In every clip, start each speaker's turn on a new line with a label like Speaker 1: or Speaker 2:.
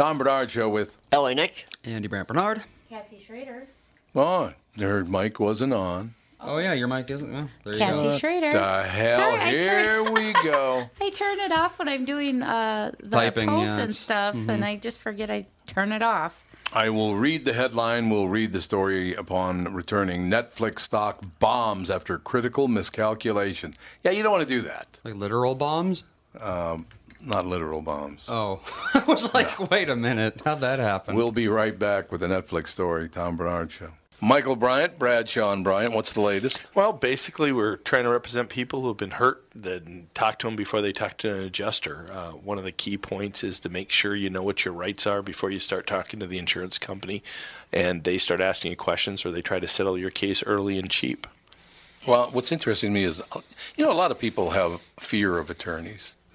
Speaker 1: Tom Bernard Show with
Speaker 2: LA Nick.
Speaker 3: Andy Brandt Bernard.
Speaker 4: Cassie Schrader.
Speaker 1: Oh, I heard Mike wasn't on.
Speaker 3: Oh yeah, your mic isn't. Well, there you
Speaker 4: Cassie
Speaker 3: go.
Speaker 4: Schrader.
Speaker 1: The hell,
Speaker 4: Sorry, I
Speaker 1: here
Speaker 4: turned-
Speaker 1: we go.
Speaker 4: I turn it off when I'm doing uh, the
Speaker 3: Typing,
Speaker 4: pulse
Speaker 3: yeah,
Speaker 4: and
Speaker 3: it's-
Speaker 4: stuff,
Speaker 3: mm-hmm.
Speaker 4: and I just forget I turn it off.
Speaker 1: I will read the headline. We'll read the story upon returning. Netflix stock bombs after critical miscalculation. Yeah, you don't want to do that. Um,
Speaker 3: Like literal bombs.
Speaker 1: Not literal bombs.
Speaker 3: Oh, I was like, wait a minute, how'd that happen?
Speaker 1: We'll be right back with the Netflix story. Tom Bernard Show. Michael Bryant, Brad Sean Bryant. What's the latest?
Speaker 5: Well, basically, we're trying to represent people who have been hurt. Then talk to them before they talk to an adjuster. Uh, one of the key points is to make sure you know what your rights are before you start talking to the insurance company, and they start asking you questions or they try to settle your case early and cheap.
Speaker 1: Well, what's interesting to me is, you know, a lot of people have fear of attorneys. It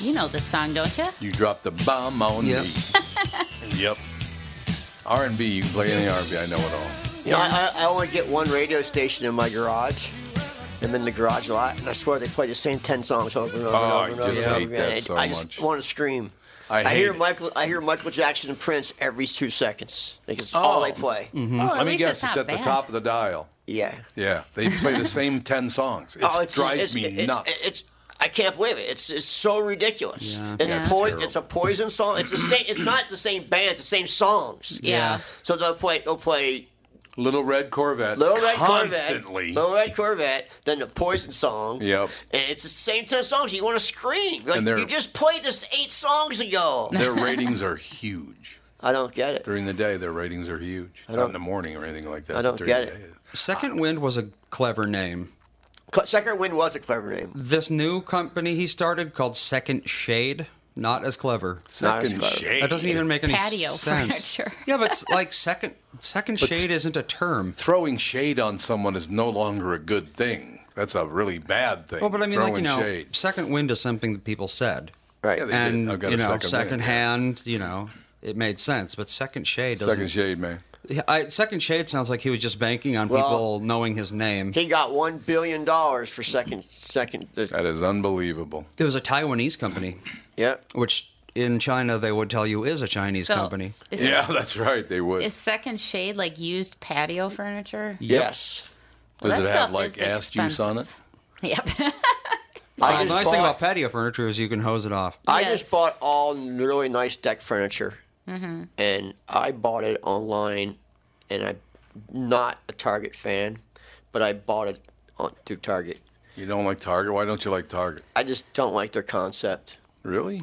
Speaker 4: You know this song, don't you?
Speaker 1: You dropped the bomb on
Speaker 3: Yep.
Speaker 1: me. yep. R&B, you can play any R&B. I know it all.
Speaker 2: You know, I, I I only get one radio station in my garage. I'm in the garage a lot, and I swear they play the same ten songs over and over
Speaker 1: Oh, I
Speaker 2: and over and over,
Speaker 1: just
Speaker 2: and
Speaker 1: hate
Speaker 2: over again.
Speaker 1: that so
Speaker 2: I just
Speaker 1: much.
Speaker 2: want to scream.
Speaker 1: I hate
Speaker 2: hear
Speaker 1: it.
Speaker 2: Michael. I hear Michael Jackson and Prince every two seconds. Like it's all
Speaker 1: Oh.
Speaker 2: they play.
Speaker 4: Well, at
Speaker 1: Let me
Speaker 4: least
Speaker 1: guess, it's
Speaker 4: not
Speaker 1: at the
Speaker 4: bad.
Speaker 1: top of the dial.
Speaker 2: Yeah.
Speaker 1: Yeah, they play the same 10 songs. It
Speaker 2: oh, it's,
Speaker 1: drives
Speaker 2: it's,
Speaker 1: me
Speaker 2: it's,
Speaker 1: nuts.
Speaker 2: It's, I can't believe it. It's it's so ridiculous.
Speaker 3: Yeah.
Speaker 2: It's
Speaker 1: Yeah, it's
Speaker 2: poi-
Speaker 1: terrible.
Speaker 2: it's a poison song. It's the same. It's not the same bands. The same songs.
Speaker 4: Yeah.
Speaker 2: So they'll play. They'll play
Speaker 1: Little Red Corvette
Speaker 2: Little Red
Speaker 1: constantly.
Speaker 2: Corvette, Little Red Corvette, then the Poison song.
Speaker 1: Yep.
Speaker 2: And it's the same ten songs. You want to scream? Like,
Speaker 1: And they're-
Speaker 2: you just played this eight songs ago.
Speaker 1: Their ratings are huge.
Speaker 2: I don't get it.
Speaker 1: During the day, their ratings are huge. Not in the morning or anything like that.
Speaker 2: I
Speaker 1: but
Speaker 2: don't
Speaker 1: during
Speaker 2: get
Speaker 1: the
Speaker 2: it.
Speaker 1: day.
Speaker 3: Second Wind was a clever name.
Speaker 2: Cl- Second Wind was a clever name.
Speaker 3: This new company he started called Second Shade, not as clever.
Speaker 2: Not as
Speaker 1: Second
Speaker 2: clever.
Speaker 1: shade.
Speaker 3: That doesn't even make any
Speaker 4: patio
Speaker 3: sense.
Speaker 4: furniture.
Speaker 3: Yeah, but it's like second second shade isn't a term.
Speaker 1: Throwing shade on someone is no longer a good thing. That's a really bad thing.
Speaker 3: Well, but I mean,
Speaker 1: Throwing
Speaker 3: like you know,
Speaker 1: shade.
Speaker 3: second wind is something that people said,
Speaker 2: Right.
Speaker 1: Yeah, they-
Speaker 3: and
Speaker 1: I've got
Speaker 3: you
Speaker 1: a
Speaker 3: know,
Speaker 1: second wind,
Speaker 3: second
Speaker 1: yeah.
Speaker 3: hand, you know, it made sense. But second shade doesn't.
Speaker 1: Second shade, man.
Speaker 3: Yeah, I, second shade sounds like he was just banking on
Speaker 2: Well,
Speaker 3: people knowing his name.
Speaker 2: He got one billion dollars for second second. The,
Speaker 1: That is unbelievable.
Speaker 3: it was a Taiwanese company,
Speaker 2: yep.
Speaker 3: which in China they would tell you is a Chinese
Speaker 4: So,
Speaker 3: company.
Speaker 4: Is,
Speaker 1: Yeah, that's right. They would.
Speaker 4: Is second shade like used patio furniture?
Speaker 2: Yes.
Speaker 1: Does
Speaker 4: that
Speaker 1: it
Speaker 4: stuff
Speaker 1: have like
Speaker 4: is
Speaker 1: ass juice on it?
Speaker 4: Yep.
Speaker 3: Uh,
Speaker 2: I
Speaker 3: the
Speaker 2: just
Speaker 3: nice
Speaker 2: bought,
Speaker 3: thing about patio furniture is you can hose it off.
Speaker 2: I
Speaker 4: Yes.
Speaker 2: just bought all really nice deck furniture, and I bought it online, and I'm not a Target fan, but I bought it on, through Target.
Speaker 1: You don't like Target? Why don't you like Target?
Speaker 2: I just don't like their concept.
Speaker 1: Really?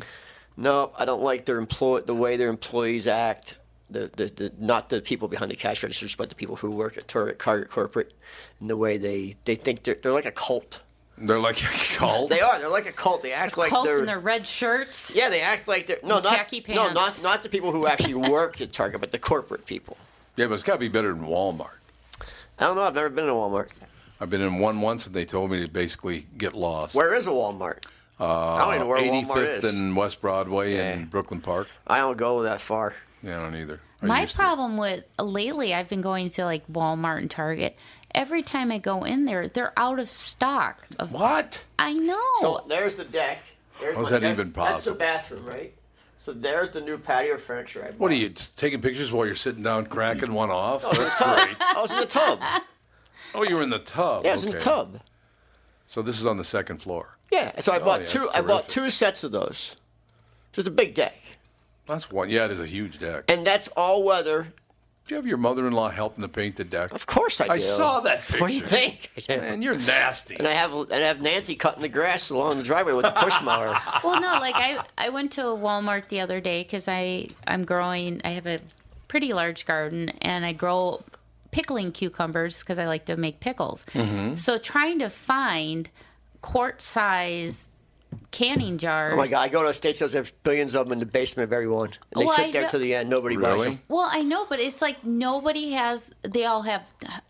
Speaker 2: No, I don't like their employ the way their employees act. The, the, the not the people behind the cash registers, but the people who work at Target, Target corporate, and the way they they think they're they're like a cult.
Speaker 1: They're like a cult.
Speaker 2: They are. They're like a cult. They act like
Speaker 4: Cults
Speaker 2: they're.
Speaker 4: in their red shirts.
Speaker 2: yeah, they act like they're no, not
Speaker 4: khaki
Speaker 2: no, not
Speaker 4: pants.
Speaker 2: not the people who actually work at Target, but the corporate people.
Speaker 1: Yeah, but it's got to be better than Walmart.
Speaker 2: I don't know. I've never been to Walmart.
Speaker 1: I've been in one once, and they told me to basically get lost.
Speaker 2: Where is a Walmart? Uh, I don't even know where a Walmart
Speaker 1: 85th
Speaker 2: is.
Speaker 1: and West Broadway
Speaker 2: Yeah.
Speaker 1: and Brooklyn Park.
Speaker 2: I don't go that far.
Speaker 1: Yeah, I don't either. I
Speaker 4: My
Speaker 1: used to.
Speaker 4: problem with lately, I've been going to like Walmart and Target. Every time I go in there, they're out of stock. Of
Speaker 1: What?
Speaker 4: I know.
Speaker 2: So there's the deck. There's
Speaker 1: How's
Speaker 2: my-
Speaker 1: that
Speaker 2: that's-
Speaker 1: even
Speaker 2: That's the
Speaker 1: possible?
Speaker 2: bathroom, right? So there's the new patio furniture I bought.
Speaker 1: What are you just taking pictures while you're sitting down, cracking one off? That's great.
Speaker 2: I was Oh, in the tub. Yeah,
Speaker 1: Oh, you were in the tub.
Speaker 2: I was in the
Speaker 1: Okay.
Speaker 2: tub.
Speaker 1: So this is on the second floor.
Speaker 2: Yeah. So I
Speaker 1: Oh,
Speaker 2: bought
Speaker 1: yeah,
Speaker 2: two.
Speaker 1: that's
Speaker 2: I bought
Speaker 1: terrific.
Speaker 2: two sets of those. So it's a big deck,
Speaker 1: That's one. Yeah, it is a huge deck.
Speaker 2: and that's all weather.
Speaker 1: Did you have your mother-in-law helping to paint the deck?
Speaker 2: Of course I do.
Speaker 1: I saw that picture.
Speaker 2: What do you think?
Speaker 1: Man, you're nasty.
Speaker 2: And I have and I have Nancy cutting the grass along the driveway with a push mower.
Speaker 4: well no like i i went to a walmart the other day because i i'm growing i have a pretty large garden and i grow pickling cucumbers because i like to make pickles
Speaker 2: Mm-hmm.
Speaker 1: Mm-hmm.
Speaker 4: so trying to find quart size canning jars
Speaker 2: Oh my God! I go to estates sales. There's billions of them in the basement of everyone. And they
Speaker 4: Well,
Speaker 2: sit
Speaker 4: Oh, I
Speaker 2: there
Speaker 4: know-
Speaker 2: to the end. Nobody buys
Speaker 1: Really?
Speaker 2: them.
Speaker 4: well i know but it's like nobody has they all have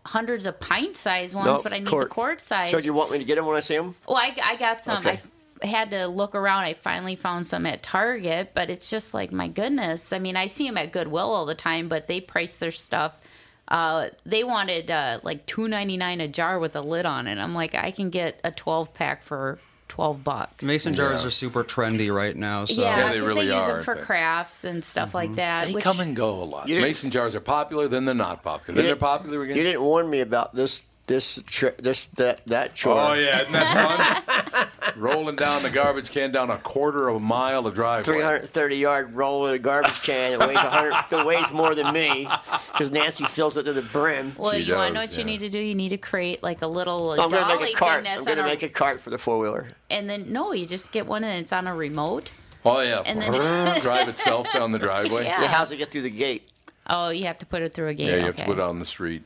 Speaker 4: hundreds of pint size ones
Speaker 2: Nope,
Speaker 4: but i need
Speaker 2: quart.
Speaker 4: the quart size
Speaker 2: So do you want me to get them when I see them?
Speaker 4: Well, I, I got some.
Speaker 2: Okay.
Speaker 4: I had to look around. I finally found some at Target, but it's just like my goodness. I mean, I see them at Goodwill all the time, but they price their stuff. Uh, they wanted uh, like two ninety nine a jar with a lid on it. I'm like, I can get a twelve pack for twelve bucks.
Speaker 3: Mason jars are super trendy right now. So
Speaker 4: yeah,
Speaker 1: Yeah, they
Speaker 4: 'cause
Speaker 1: really
Speaker 4: use
Speaker 1: are,
Speaker 4: them for
Speaker 1: but-
Speaker 4: crafts and stuff
Speaker 2: Mm-hmm.
Speaker 4: like that.
Speaker 1: They
Speaker 4: which-
Speaker 1: come and go a lot.
Speaker 2: You didn't-
Speaker 1: Mason jars are popular, then they're not popular. Then they're popular again.
Speaker 2: You didn't warn me about this. This tri- this that that chore.
Speaker 1: Oh yeah, isn't that fun? Rolling down the garbage can down a quarter of a mile of driveway.
Speaker 2: 330 yard roll of a garbage can that weighs, 100, that weighs more than me because Nancy fills it to the brim.
Speaker 4: Well,
Speaker 1: She
Speaker 4: you want to know
Speaker 1: does,
Speaker 4: what you need
Speaker 1: yeah.
Speaker 4: to do? You need to create like a little
Speaker 2: I'm
Speaker 4: dolly
Speaker 2: gonna make a
Speaker 4: thing
Speaker 2: cart.
Speaker 4: that's
Speaker 2: I'm gonna
Speaker 4: on
Speaker 2: make
Speaker 4: a,
Speaker 2: a cart for the four wheeler.
Speaker 4: and then no, you just get one and it's on a remote.
Speaker 1: Oh yeah,
Speaker 4: And then-
Speaker 1: drive itself down the driveway.
Speaker 4: Yeah.
Speaker 2: Yeah, how's it get through the gate?
Speaker 4: Oh, you have to put it through a gate.
Speaker 1: Yeah, you have
Speaker 4: okay.
Speaker 1: to put it on the street.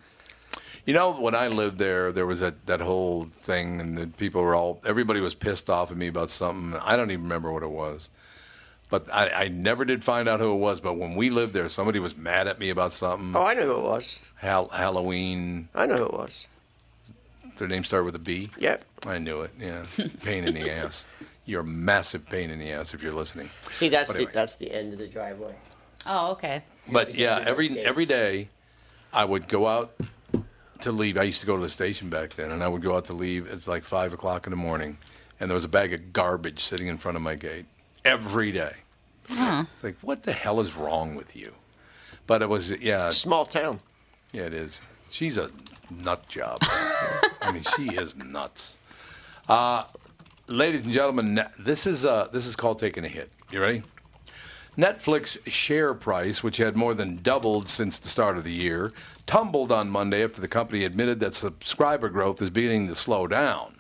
Speaker 1: You know, when I lived there, there was that, that whole thing, and the people were all everybody was pissed off at me about something. I don't even remember what it was, but I, I never did find out who it was. But when we lived there, somebody was mad at me about something.
Speaker 2: Oh, I know who it was.
Speaker 1: Hal- Halloween,
Speaker 2: I know who it was.
Speaker 1: their name started with a B.
Speaker 2: Yep.
Speaker 1: I knew it. Yeah, pain in the ass. You're a massive pain in the ass if you're listening.
Speaker 2: See, that's
Speaker 1: Anyway.
Speaker 2: the that's the end of the driveway.
Speaker 4: Oh, okay.
Speaker 1: But yeah,
Speaker 2: those
Speaker 1: every
Speaker 2: gates.
Speaker 1: every day, I would go out to leave. I used to go to the station back then, and I would go out to leave. It's like five o'clock in the morning, and there was a bag of garbage sitting in front of my gate every day. It's Like, what the hell is wrong with you? But it was yeah,
Speaker 2: Small town.
Speaker 1: yeah, it is. She's a nut job. I mean, she is nuts. Uh, ladies and gentlemen, ne- this is uh, this is called taking a hit. You ready? Netflix share price, which had more than doubled since the start of the year, tumbled on Monday after the company admitted that subscriber growth is beginning to slow down.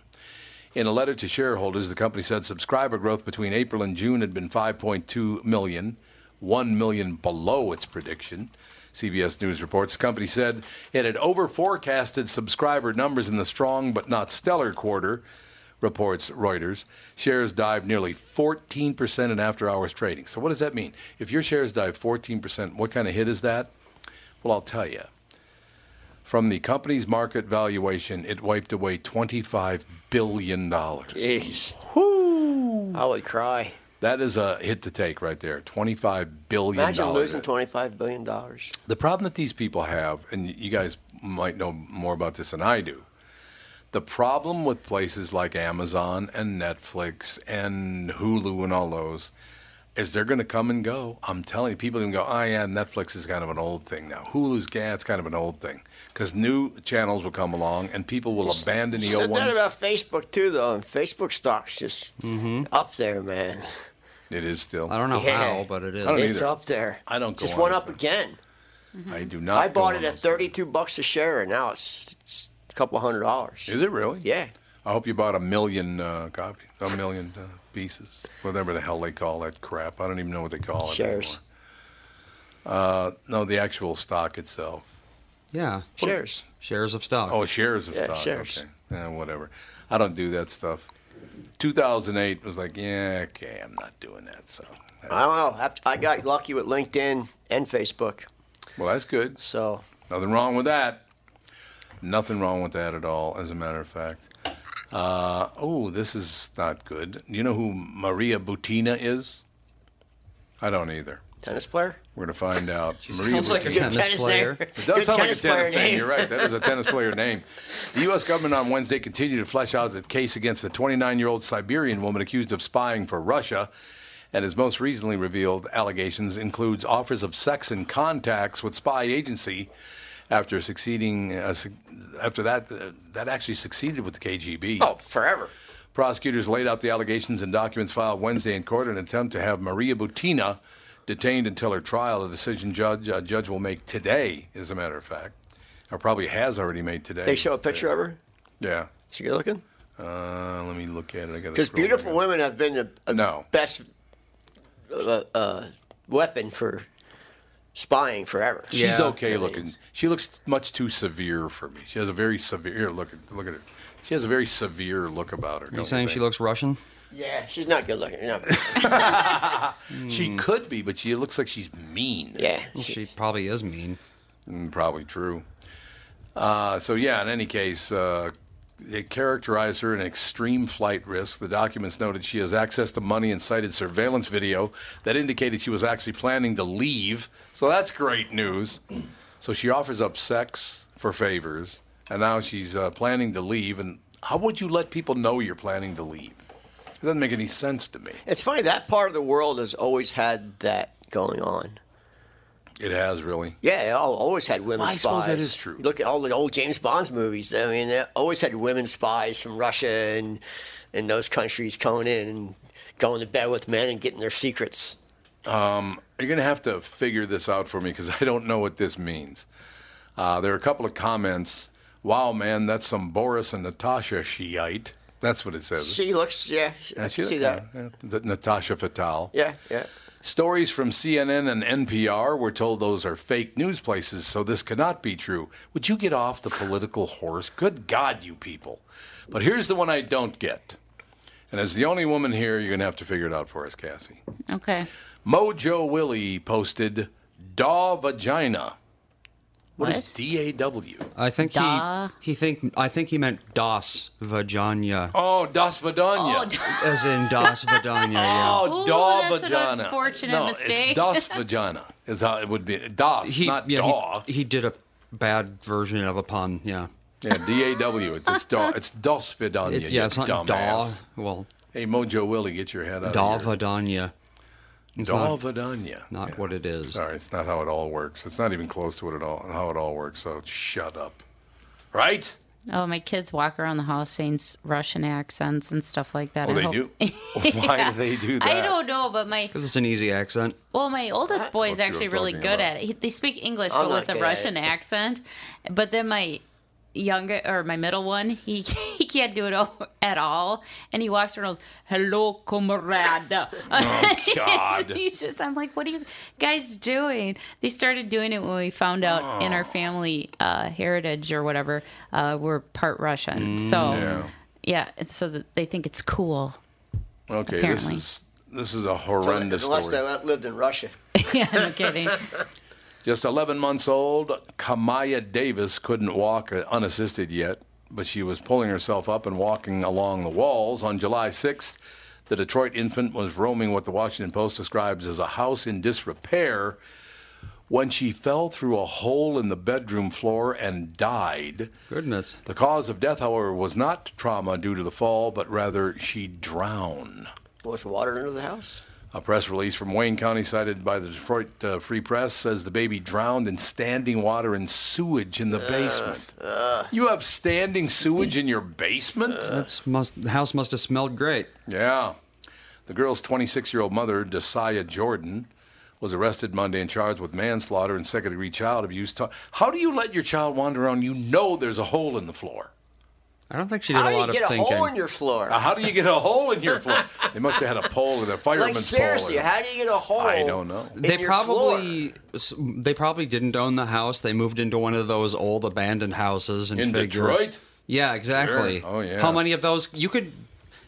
Speaker 1: In a letter to shareholders, the company said subscriber growth between April and June had been 5.2 million, 1 million below its prediction. CBS News reports. The company said it had over forecasted subscriber numbers in the strong but not stellar quarter, reports Reuters. Shares dived nearly 14% in after hours trading. So, what does that mean? If your shares dive 14%, what kind of hit is that? Well, I'll tell you. From the company's market valuation, it wiped away $25 billion.
Speaker 2: Jeez. I would cry.
Speaker 1: That is a hit to take right there. Twenty-five billion.
Speaker 2: Imagine losing $25 billion. Well,
Speaker 1: The problem that these people have, and you guys might know more about this than I do, the problem with places like Amazon and Netflix and Hulu and all those is they're going to come and go. I'm telling you, people are going to go, oh, yeah, Netflix is kind of an old thing now. Hulu's, yeah, it's kind of an old thing. Because new channels will come along and people will abandon the
Speaker 2: Said
Speaker 1: old
Speaker 2: that
Speaker 1: ones.
Speaker 2: about Facebook too, though. And Facebook stocks just Mm-hmm. up there, man.
Speaker 1: It is still.
Speaker 3: I don't know
Speaker 2: Yeah.
Speaker 3: how, but it is.
Speaker 1: I don't
Speaker 2: It's
Speaker 1: either.
Speaker 2: up there.
Speaker 1: I don't go
Speaker 2: Just
Speaker 1: on Mm-hmm.
Speaker 2: went
Speaker 1: those
Speaker 2: up
Speaker 1: things.
Speaker 2: again.
Speaker 1: I do not.
Speaker 2: I
Speaker 1: go
Speaker 2: bought
Speaker 1: on
Speaker 2: it at
Speaker 1: those
Speaker 2: 32 bucks a share, and now it's, it's a couple hundred dollars.
Speaker 1: things. Is it really?
Speaker 2: Yeah.
Speaker 1: I hope you bought a million uh, copies, a million uh, pieces, whatever the hell they call that crap. I don't even know what they call it
Speaker 2: Shares.
Speaker 1: anymore. Uh, No, the actual stock itself.
Speaker 3: Yeah.
Speaker 2: Shares.
Speaker 3: Shares of stock.
Speaker 1: Oh, shares of
Speaker 2: Yeah,
Speaker 1: stock.
Speaker 2: shares.
Speaker 1: Okay. Yeah, whatever. I don't do that stuff. 2008 was like, yeah, okay, I'm not doing that. So, that's,
Speaker 2: I don't know. I- I got lucky with LinkedIn and Facebook.
Speaker 1: well, that's good.
Speaker 2: So
Speaker 1: Nothing wrong with that. Nothing wrong with that at all, as a matter of fact. Uh, oh, this is not good. You know who Maria Butina is? I don't either.
Speaker 2: tennis player.
Speaker 1: We're going to find out.
Speaker 3: Sounds like a
Speaker 1: Butina.
Speaker 3: tennis,
Speaker 2: tennis
Speaker 3: player.
Speaker 2: player.
Speaker 1: It does
Speaker 2: Good
Speaker 1: sound like a
Speaker 2: tennis
Speaker 1: tennis
Speaker 2: player
Speaker 1: name.
Speaker 2: name.
Speaker 1: You're right. That is a tennis player name. The U.S. government on Wednesday continued to flesh out the case against the 29 year old Siberian woman accused of spying for Russia. And his most recently revealed allegations includes offers of sex and contacts with spy agency. After succeeding, uh, su- after that, uh, that actually succeeded with the KGB.
Speaker 2: Oh, forever.
Speaker 1: Prosecutors laid out the allegations and documents filed Wednesday in court in an attempt to have Maria Butina detained until her trial. A decision judge a judge will make today, as a matter of fact, or probably has already made today.
Speaker 2: They show a picture of her.
Speaker 1: Yeah.
Speaker 2: She good looking?
Speaker 1: Uh, let me look at it. I got
Speaker 2: Because beautiful women have been the uh,
Speaker 1: No.
Speaker 2: best uh, uh, weapon for spying forever.
Speaker 1: She's
Speaker 3: Yeah.
Speaker 1: okay looking. She looks much too severe for me. She has a very severe look. At, look at her. She has a very severe look about her.
Speaker 3: You saying she looks Russian?
Speaker 2: Yeah, she's not good looking. No.
Speaker 1: She could be, but she looks like she's mean.
Speaker 2: Yeah.
Speaker 3: Hmm. She probably is mean.
Speaker 1: Mm, Probably true. Uh, so yeah, in any case, uh, it characterized her an extreme flight risk. The documents noted she has access to money and cited surveillance video that indicated she was actually planning to leave. So that's great news. So she offers up sex for favors, and now she's uh, planning to leave. And how would you let people know you're planning to leave? It doesn't make any sense to me.
Speaker 2: It's funny that part of the world has always had that going on.
Speaker 1: It has really.
Speaker 2: Yeah, it al- always had women
Speaker 1: Well, I
Speaker 2: spies.
Speaker 1: suppose that is true.
Speaker 2: Look at all the old James Bond's movies. I mean, they always had women spies from Russia and and those countries coming in and going to bed with men and getting their secrets.
Speaker 1: Um, You're going to have to figure this out for me because I don't know what this means. Uh, there are a couple of comments. Wow, man, that's some Boris and Natasha Shiite. That's what it says.
Speaker 2: She looks, yeah, I
Speaker 1: Yeah,
Speaker 2: can
Speaker 1: she-
Speaker 2: see that.
Speaker 1: yeah, yeah, the Natasha Fatal.
Speaker 2: Yeah, yeah.
Speaker 1: Stories from CNN and NPR were told those are fake news places, so this cannot be true. Would you get off the political horse? Good God, you people. But here's the one I don't get. And as the only woman here, you're going to have to figure it out for us, Cassie.
Speaker 4: Okay.
Speaker 1: Mojo Willie posted Daw Vagina. what is
Speaker 4: What?
Speaker 1: D A W?
Speaker 3: I think
Speaker 4: Da.
Speaker 3: he he think I think he meant das vagina,
Speaker 1: Oh, Das Vadanya.
Speaker 4: Oh, d-
Speaker 3: as in das vagina. Yeah.
Speaker 1: Oh,
Speaker 4: Ooh,
Speaker 1: Daw
Speaker 4: that's an
Speaker 1: Vagina.
Speaker 4: unfortunate
Speaker 1: no, it's
Speaker 4: mistake.
Speaker 1: Das Vagina. Is how it would be. Das,
Speaker 3: He,
Speaker 1: not
Speaker 3: yeah, he-
Speaker 1: Daw.
Speaker 3: He, did a bad version of a pun. Yeah.
Speaker 1: Yeah, D A W. It's- It's Daw. It's Das Vidania.
Speaker 3: It- yeah, it's not da.
Speaker 1: dumbass.
Speaker 3: Well,
Speaker 1: Hey, Mojo Willie, get your head out
Speaker 3: da
Speaker 1: of here.
Speaker 3: vagina.
Speaker 1: Daw
Speaker 3: not-
Speaker 1: Vidania.
Speaker 3: Not what it is.
Speaker 1: Sorry, it's not how it all works. It's not even close to it at all. How it all works. So shut up. Right?
Speaker 4: oh, my kids walk around the house saying s- Russian accents and stuff like that.
Speaker 1: Oh,
Speaker 4: I
Speaker 1: they
Speaker 4: hope-
Speaker 1: do. Why do they do that?
Speaker 4: I don't know, but my
Speaker 3: Because it's an easy accent.
Speaker 4: well, my oldest boy is
Speaker 1: What you were
Speaker 4: actually really
Speaker 1: talking
Speaker 4: good
Speaker 1: about.
Speaker 4: at it. He, they speak English,
Speaker 2: I'm
Speaker 4: but
Speaker 2: not
Speaker 4: with a
Speaker 2: good at
Speaker 4: Russian
Speaker 2: it.
Speaker 4: accent. But then my younger or my middle one, he he can't do it all, at all, and he walks around, "Hello, comrade."
Speaker 1: Oh, God.
Speaker 4: he's just, I'm like, "What are you guys doing?" They started doing it when we found out in
Speaker 1: Oh.
Speaker 4: our family uh, heritage or whatever uh, we're part Russian, so
Speaker 1: Mm, yeah.
Speaker 4: yeah, and so that they think it's cool.
Speaker 1: Okay,
Speaker 4: Apparently.
Speaker 1: this is this is a horrendous
Speaker 2: Unless
Speaker 1: story.
Speaker 2: they lived in Russia.
Speaker 4: yeah, no kidding.
Speaker 1: Just 11 months old, Kamaya Davis couldn't walk uh, unassisted yet, but she was pulling herself up and walking along the walls. On July 6th, the Detroit infant was roaming what the Washington Post describes as a house in disrepair when she fell through a hole in the bedroom floor and died.
Speaker 3: Goodness.
Speaker 1: The cause of death, however, was not trauma due to the fall, but rather she drowned.
Speaker 2: With water under the house.
Speaker 1: A press release from Wayne County, cited by the Detroit uh, Free Press, says the baby drowned in standing water and sewage in the
Speaker 2: Uh,
Speaker 1: basement. you have standing sewage in your basement?
Speaker 3: That's must. The house must have smelled great.
Speaker 1: yeah. The girl's 26 year old mother, Desaya Jordan, was arrested Monday and charged with manslaughter and second degree child abuse. Ta- How do you let your child wander around? You know there's a hole in the floor.
Speaker 3: I don't think she did
Speaker 2: How
Speaker 3: a
Speaker 2: do
Speaker 3: lot
Speaker 2: you get
Speaker 3: of
Speaker 2: a
Speaker 3: thinking.
Speaker 2: hole in your floor?
Speaker 1: Now, how do you get a hole in your floor? They must have had a pole in a fireman's
Speaker 2: like seriously,
Speaker 1: pole. or-
Speaker 2: how do you get a hole?
Speaker 1: I don't know.
Speaker 2: in
Speaker 3: they
Speaker 2: your
Speaker 3: probably s- they probably didn't own the house. They moved into one of those old abandoned houses and
Speaker 1: In
Speaker 3: figured-
Speaker 1: Detroit?
Speaker 3: Yeah, exactly.
Speaker 1: Sure. Oh, yeah.
Speaker 3: How many of those you could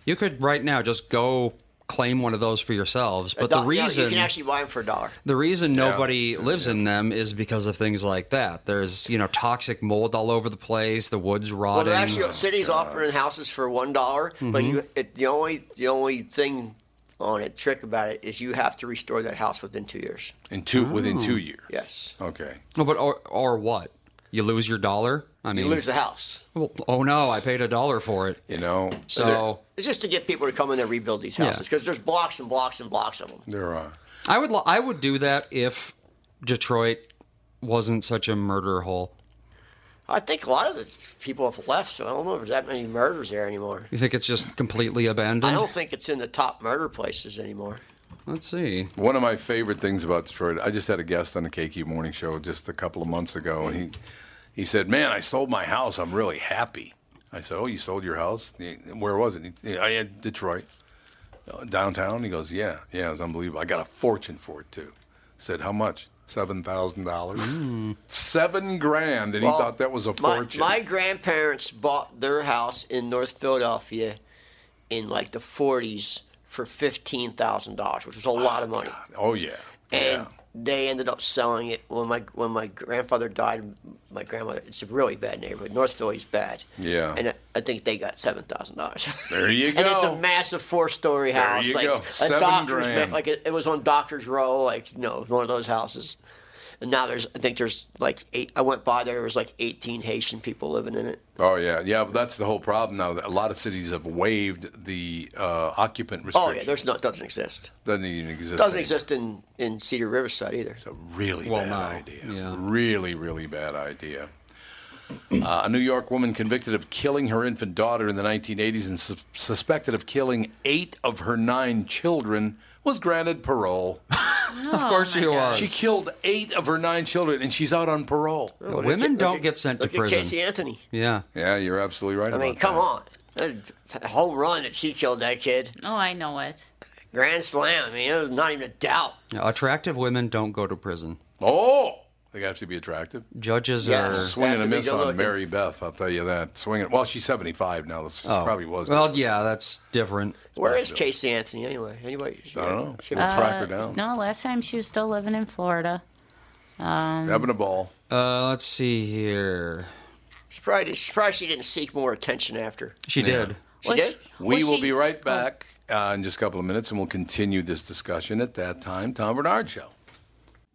Speaker 3: you could right now just go claim one of those for yourselves. But the
Speaker 2: Do- yeah,
Speaker 3: reason
Speaker 2: you can actually buy them for a dollar.
Speaker 3: the reason nobody lives in them is because of things like that. There's you know toxic mold all over the place. The woods
Speaker 2: Well,
Speaker 3: rotting.
Speaker 2: they're actually cities
Speaker 3: uh,
Speaker 2: offering houses for one but
Speaker 3: Mm-hmm.
Speaker 2: you it, the only the only thing on it trick about it is you have to restore that house within two years.
Speaker 1: In two, Within two years.
Speaker 2: Yes,
Speaker 1: Okay.
Speaker 3: Oh. No, but or or what? You lose your dollar. I mean,
Speaker 2: you lose the house.
Speaker 3: well, oh no, I paid a dollar for it.
Speaker 1: You know,
Speaker 3: So
Speaker 2: It's just to get people to come in and rebuild these houses because there's blocks and blocks and blocks of them.
Speaker 1: there are.
Speaker 3: I would lo- I would do that if Detroit wasn't such a murder hole.
Speaker 2: I think a lot of the people have left, so I don't know if there's that many murders there anymore.
Speaker 3: You think it's just completely
Speaker 2: I
Speaker 3: abandoned?
Speaker 2: don't think it's in the top murder places anymore.
Speaker 3: Let's see.
Speaker 1: One of my favorite things about Detroit, I just had a guest on the KQ Morning Show just a couple of months ago, and he, he said, Man, I sold my house. I'm really happy. I said, Oh, you sold your house? He- Where was it? He- I had Detroit. "Uh, Downtown? He goes, Yeah, yeah, it was unbelievable. I got a fortune for it, too. said, How much?
Speaker 3: Mm.
Speaker 1: $7,000. Seven grand. And he
Speaker 2: Well,
Speaker 1: thought that was a
Speaker 2: my-
Speaker 1: fortune.
Speaker 2: My, grandparents bought their house in North Philadelphia in like the 40s for $15,000, which was a lot of money.
Speaker 1: oh, yeah.
Speaker 2: And
Speaker 1: Yeah.
Speaker 2: they ended up selling it when my when my grandfather died. My grandmother, it's a really bad neighborhood. North Philly's bad.
Speaker 1: Yeah.
Speaker 2: And I, I think they got seven thousand dollars.
Speaker 1: There you
Speaker 2: And it's
Speaker 1: go.
Speaker 2: a massive four-story
Speaker 1: There
Speaker 2: house,
Speaker 1: you
Speaker 2: like
Speaker 1: go.
Speaker 2: a
Speaker 1: Seven
Speaker 2: doctor's, ma-
Speaker 1: grand.
Speaker 2: like it, it was on Doctor's Row, like you know, one of those houses. And now there's, I think there's like eight. I went by there. There was like eighteen Haitian people living in it.
Speaker 1: Oh yeah, yeah. But that's the whole problem now. That a lot of cities have waived the uh, occupant
Speaker 2: Oh
Speaker 1: restriction.
Speaker 2: yeah, there's not doesn't exist.
Speaker 1: doesn't even exist.
Speaker 2: Doesn't
Speaker 1: anymore.
Speaker 2: exist in in Cedar Riverside either.
Speaker 1: A really
Speaker 3: Well,
Speaker 1: bad
Speaker 3: no.
Speaker 1: idea.
Speaker 3: Yeah.
Speaker 1: Really, really bad idea. Uh, a New York woman convicted of killing her infant daughter in the 1980s and sus- suspected of killing eight of her nine children was granted parole.
Speaker 3: of course
Speaker 1: oh,
Speaker 3: you are.
Speaker 1: She killed eight of her nine children, and she's out on parole.
Speaker 2: Look at-
Speaker 3: Women
Speaker 2: look
Speaker 3: don't
Speaker 2: at-
Speaker 3: get sent to
Speaker 2: look
Speaker 3: prison.
Speaker 2: At Casey Anthony.
Speaker 3: Yeah.
Speaker 1: Yeah, you're absolutely right.
Speaker 2: I mean,
Speaker 1: about
Speaker 2: come
Speaker 1: that.
Speaker 2: on. That home run that she killed that kid.
Speaker 4: Oh, I know it.
Speaker 2: Grand slam. I mean, it was not even a doubt.
Speaker 3: Yeah, Attractive women don't go to prison.
Speaker 1: Oh, they have to be attractive.
Speaker 3: Judges
Speaker 2: Yes.
Speaker 3: are.
Speaker 1: Swing and a
Speaker 2: Have to be
Speaker 1: miss
Speaker 2: good
Speaker 1: on
Speaker 2: looking.
Speaker 1: Mary Beth, I'll tell you that. Swing it. Well, she's 75 now. This
Speaker 3: Oh.
Speaker 1: probably was.
Speaker 3: Well, yeah, that's different.
Speaker 2: Where is Casey Anthony anyway? Anyway,
Speaker 1: I don't know.
Speaker 2: She-
Speaker 1: Let's Oh, track her down.
Speaker 4: Uh, No, last time she was still living in Florida. Um,
Speaker 1: Having a ball.
Speaker 3: Uh, let's see here.
Speaker 2: Surprised, surprised she didn't seek more attention after.
Speaker 3: She did.
Speaker 2: She did.
Speaker 1: We
Speaker 4: was
Speaker 1: will
Speaker 4: she-
Speaker 1: be right back uh, in just a couple of minutes, and we'll continue this discussion at that time. Tom Bernard Show.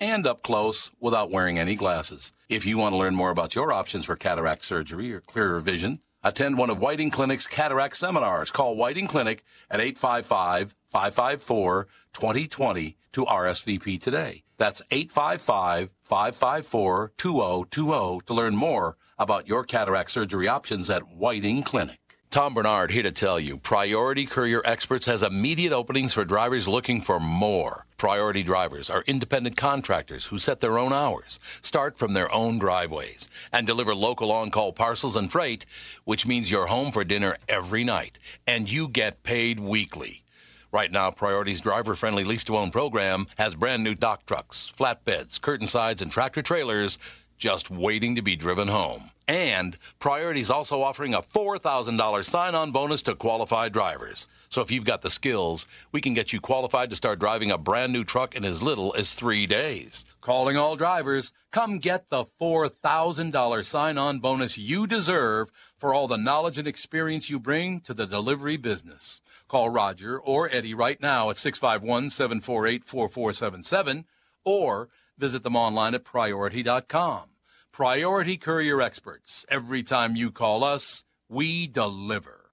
Speaker 1: and up close without wearing any glasses. If you want to learn more about your options for cataract surgery or clearer vision, attend one of Whiting Clinic's cataract seminars. Call Whiting Clinic at 855 554 2020 to RSVP today. That's 855 554 2020 to learn more about your cataract surgery options at Whiting Clinic. Tom Bernard here to tell you Priority Courier Experts has immediate openings for drivers looking for more. Priority drivers are independent contractors who set their own hours, start from their own driveways, and deliver local on call parcels and freight, which means you're home for dinner every night and you get paid weekly. Right now, Priority's driver friendly lease to own program has brand new dock trucks, flatbeds, curtain sides, and tractor trailers just waiting to be driven home. And Priority's also offering a $4,000 sign on bonus to qualified drivers. So if you've got the skills, we can get you qualified to start driving a brand new truck in as little as three days. Calling all drivers, come get the $4,000 sign on bonus you deserve for all the knowledge and experience you bring to the delivery business. Call Roger or Eddie right now at 651 748 4477 or visit them online at priority.com. Priority Courier Experts. Every time you call us, we deliver.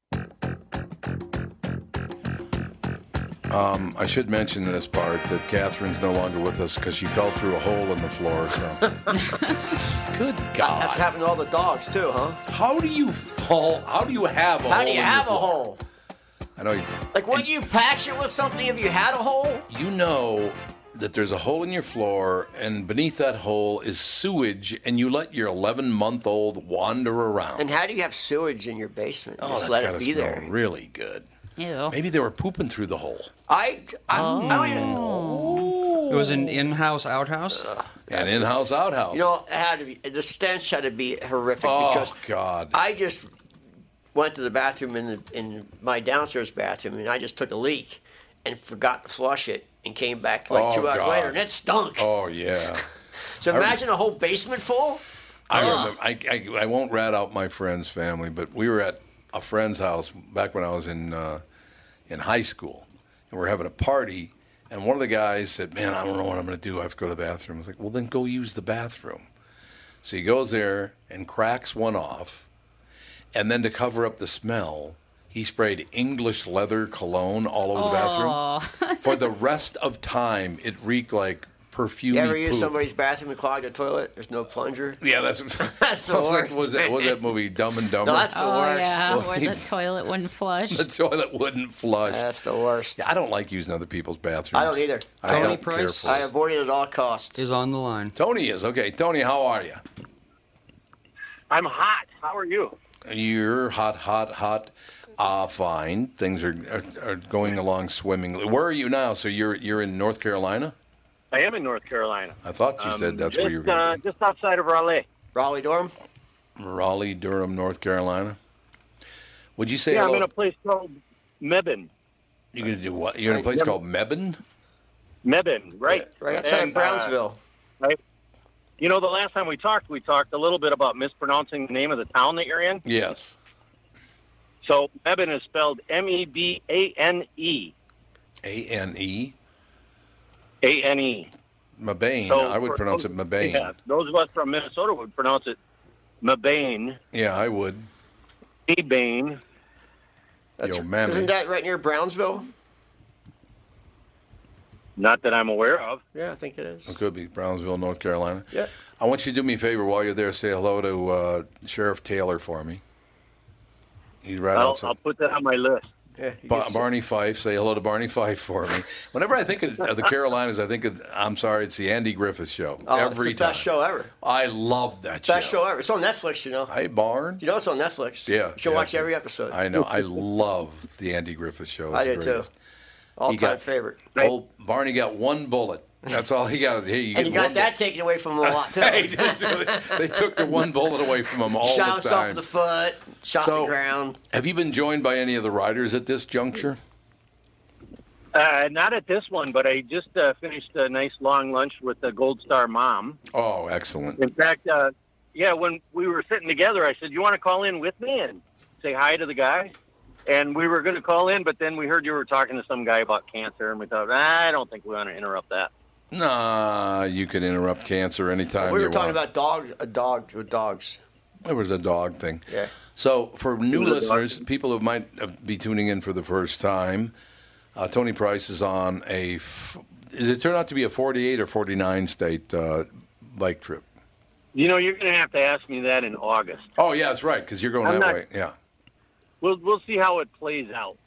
Speaker 1: Um, I should mention in this part that Catherine's no longer with us because she fell through a hole in the floor. So, good
Speaker 2: That's what
Speaker 1: God,
Speaker 2: happened to all the dogs too, huh?
Speaker 1: how do you fall? How do you have a
Speaker 2: How
Speaker 1: hole?
Speaker 2: do you
Speaker 1: in
Speaker 2: have a
Speaker 1: your floor?
Speaker 2: hole?
Speaker 1: I know you.
Speaker 2: Like, wouldn't you patch it with something if you had a hole?
Speaker 1: You know that there's a hole in your floor, and beneath that hole is sewage, and you let your 11 month old wander around.
Speaker 2: And how do you have sewage in your basement?
Speaker 1: oh,
Speaker 2: Just
Speaker 1: that's
Speaker 2: let
Speaker 1: gotta
Speaker 2: it be
Speaker 1: smell
Speaker 2: there.
Speaker 1: really good.
Speaker 4: Ew.
Speaker 1: Maybe they were pooping through the hole.
Speaker 2: I, I, I don't even.
Speaker 3: It was an in-house outhouse.
Speaker 1: An in-house outhouse.
Speaker 2: You know, it had to be, the stench had to be horrific
Speaker 1: oh
Speaker 2: because
Speaker 1: God!
Speaker 2: I just went to the bathroom in, the, in my downstairs bathroom and I just took a leak and forgot to flush it and came back like
Speaker 1: Oh,
Speaker 2: two hours
Speaker 1: God.
Speaker 2: later and it stunk.
Speaker 1: oh yeah.
Speaker 2: so imagine a whole basement full.
Speaker 1: I remember. I, I I won't rat out my friend's family, but we were at a friend's house back when I was in uh, in high school, and we are having a party. And one of the guys said, "Man, I don't know what I'm going to do. I have to go to the bathroom." I was like, "Well, then go use the bathroom." So he goes there and cracks one off, and then to cover up the smell, he sprayed English leather cologne all over the bathroom. For the rest of time, it reeked like perfume.
Speaker 2: You ever use somebody's bathroom and clog the toilet? There's no plunger.
Speaker 1: Yeah, that's what
Speaker 2: That's the
Speaker 1: I was like,
Speaker 2: worst.
Speaker 1: what was that, what was that movie Dumb and Dumber?
Speaker 2: No, that's the
Speaker 4: Oh,
Speaker 2: worst.
Speaker 4: yeah,
Speaker 1: So
Speaker 4: where
Speaker 1: he-
Speaker 4: the toilet wouldn't flush.
Speaker 1: the toilet wouldn't flush.
Speaker 2: That's the worst.
Speaker 1: I don't like using other people's bathrooms.
Speaker 2: I don't either.
Speaker 1: I
Speaker 3: Tony
Speaker 1: don't care
Speaker 3: Price?
Speaker 1: for
Speaker 2: I
Speaker 1: it.
Speaker 2: avoid it at all costs.
Speaker 3: Is on the line.
Speaker 1: Tony is okay. Tony, how are you?
Speaker 6: I'm hot. How are you?
Speaker 1: You're hot, hot, hot. Ah, fine. Things are, are are going along swimmingly. Where are you now? So you're you're in North Carolina.
Speaker 6: I am in North Carolina.
Speaker 1: I thought you said that's
Speaker 6: just,
Speaker 1: where you were
Speaker 6: uh,
Speaker 1: going. to
Speaker 6: just outside of Raleigh.
Speaker 2: Raleigh Dorm?
Speaker 1: be.
Speaker 6: uh,
Speaker 1: Raleigh, Durham, North Carolina. Would you say
Speaker 6: Yeah, I'm
Speaker 1: hello?
Speaker 6: in a place called Mebane.
Speaker 1: You're gonna do what? You're in a place called Mebane.
Speaker 6: Mebane, right?
Speaker 2: Right outside
Speaker 6: And,
Speaker 2: of
Speaker 6: uh,
Speaker 2: Brownsville.
Speaker 6: right? You know, the last time we talked, we talked a little bit about mispronouncing the name of the town that you're in.
Speaker 1: Yes.
Speaker 6: So Mebane is spelled E M-E-B-A-N-E.
Speaker 1: A N E.
Speaker 6: A-N-E.
Speaker 1: Mabane.
Speaker 6: E. So
Speaker 1: I would
Speaker 6: Oh, for-
Speaker 1: pronounce it Mabane.
Speaker 6: Yeah,
Speaker 1: Yeah.
Speaker 6: those of us from Minnesota would pronounce it Mebane,
Speaker 1: I would.
Speaker 6: Mebane.
Speaker 1: Yo, mammy.
Speaker 2: Isn't that right near Brownsville?
Speaker 6: Not that I'm aware of.
Speaker 2: Yeah, I think it is.
Speaker 1: Could be Brownsville, North Carolina.
Speaker 2: Yeah.
Speaker 1: I want you to do me a favor while you're there. Say hello to uh, Sheriff Taylor for me. He's right
Speaker 6: I'll,
Speaker 1: outside.
Speaker 6: I'll put that on my list.
Speaker 2: Yeah, you
Speaker 1: Ba-
Speaker 2: can see-
Speaker 1: Barney Fife, say hello to Barney Fife for me. Whenever I think of uh, the Carolinas, I think of, I'm sorry, it's the Andy Griffith Show.
Speaker 2: Oh,
Speaker 1: Every
Speaker 2: it's the best
Speaker 1: time.
Speaker 2: show ever.
Speaker 1: I love that
Speaker 2: Best
Speaker 1: show.
Speaker 2: show ever. It's on Netflix, you know.
Speaker 1: Hey, Barn.
Speaker 2: You know it's on Netflix.
Speaker 1: Yeah,
Speaker 2: You can
Speaker 1: yeah.
Speaker 2: watch every episode.
Speaker 1: I know. I love the Andy Griffith Show. It's
Speaker 2: I
Speaker 1: the
Speaker 2: did too.
Speaker 1: greatest.
Speaker 2: All
Speaker 1: He got-
Speaker 2: time favorite.
Speaker 1: Oh, Barney got one bullet. That's all he got. Hey, you
Speaker 2: And
Speaker 1: get
Speaker 2: he got
Speaker 1: one-
Speaker 2: that taken away from him a lot too.
Speaker 1: Hey, they took the one bullet away from him all
Speaker 2: shot
Speaker 1: the
Speaker 2: us off
Speaker 1: time.
Speaker 2: in the foot, shot in
Speaker 1: So-
Speaker 2: the ground.
Speaker 1: Have you been joined by any of the riders at this juncture?
Speaker 6: Uh, not at this one, but I just uh, finished a nice long lunch with the Gold Star mom.
Speaker 1: Oh, excellent.
Speaker 6: In fact, uh, yeah, when we were sitting together, I said, "You want to call in with me and say hi to the guy?" And we were going to call in, but then we heard you were talking to some guy about cancer, and we thought, ah, "I don't think we want to interrupt that."
Speaker 1: Nah, you could interrupt cancer anytime
Speaker 2: We
Speaker 1: you
Speaker 2: were talking
Speaker 1: want.
Speaker 2: about dogs, uh, dogs with dogs.
Speaker 1: It was a dog thing.
Speaker 2: Yeah.
Speaker 1: So for new
Speaker 6: was a dog
Speaker 1: listeners, people who might uh, be tuning in for the first time, uh, Tony Price is on a. F- is it turned out to be a 48 or 49 state uh, bike trip?
Speaker 6: You know, you're going to have to ask me that in August.
Speaker 1: Oh yeah, that's right. Because you're going
Speaker 6: I'm
Speaker 1: that
Speaker 6: not-
Speaker 1: way. Yeah.
Speaker 6: We'll we'll see how it plays out.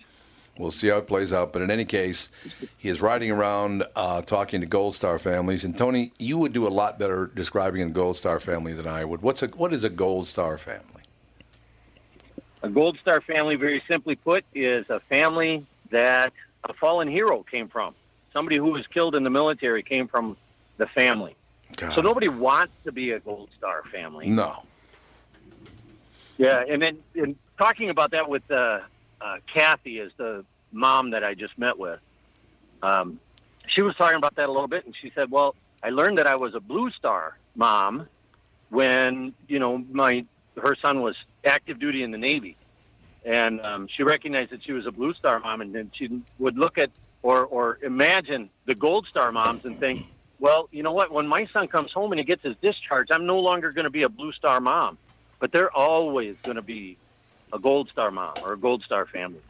Speaker 1: We'll see how it plays out. But in any case, he is riding around uh, talking to Gold Star families. And Tony, you would do a lot better describing a Gold Star family than I would. What's a what is a Gold Star family?
Speaker 6: A Gold Star family, very simply put, is a family that a fallen hero came from. Somebody who was killed in the military came from the family.
Speaker 1: God.
Speaker 6: So nobody wants to be a Gold Star family.
Speaker 1: No.
Speaker 6: Yeah, and then and talking about that with uh, uh, Kathy is the mom that I just met with. Um, she was talking about that a little bit, and she said, "Well, I learned that I was a Blue Star mom when you know my her son was active duty in the Navy, and um, she recognized that she was a Blue Star mom, and then she would look at or or imagine the Gold Star moms and think." Well, you know what? When my son comes home and he gets his discharge, I'm no longer going to be a blue star mom but they're always going to be a gold star mom or a gold star family.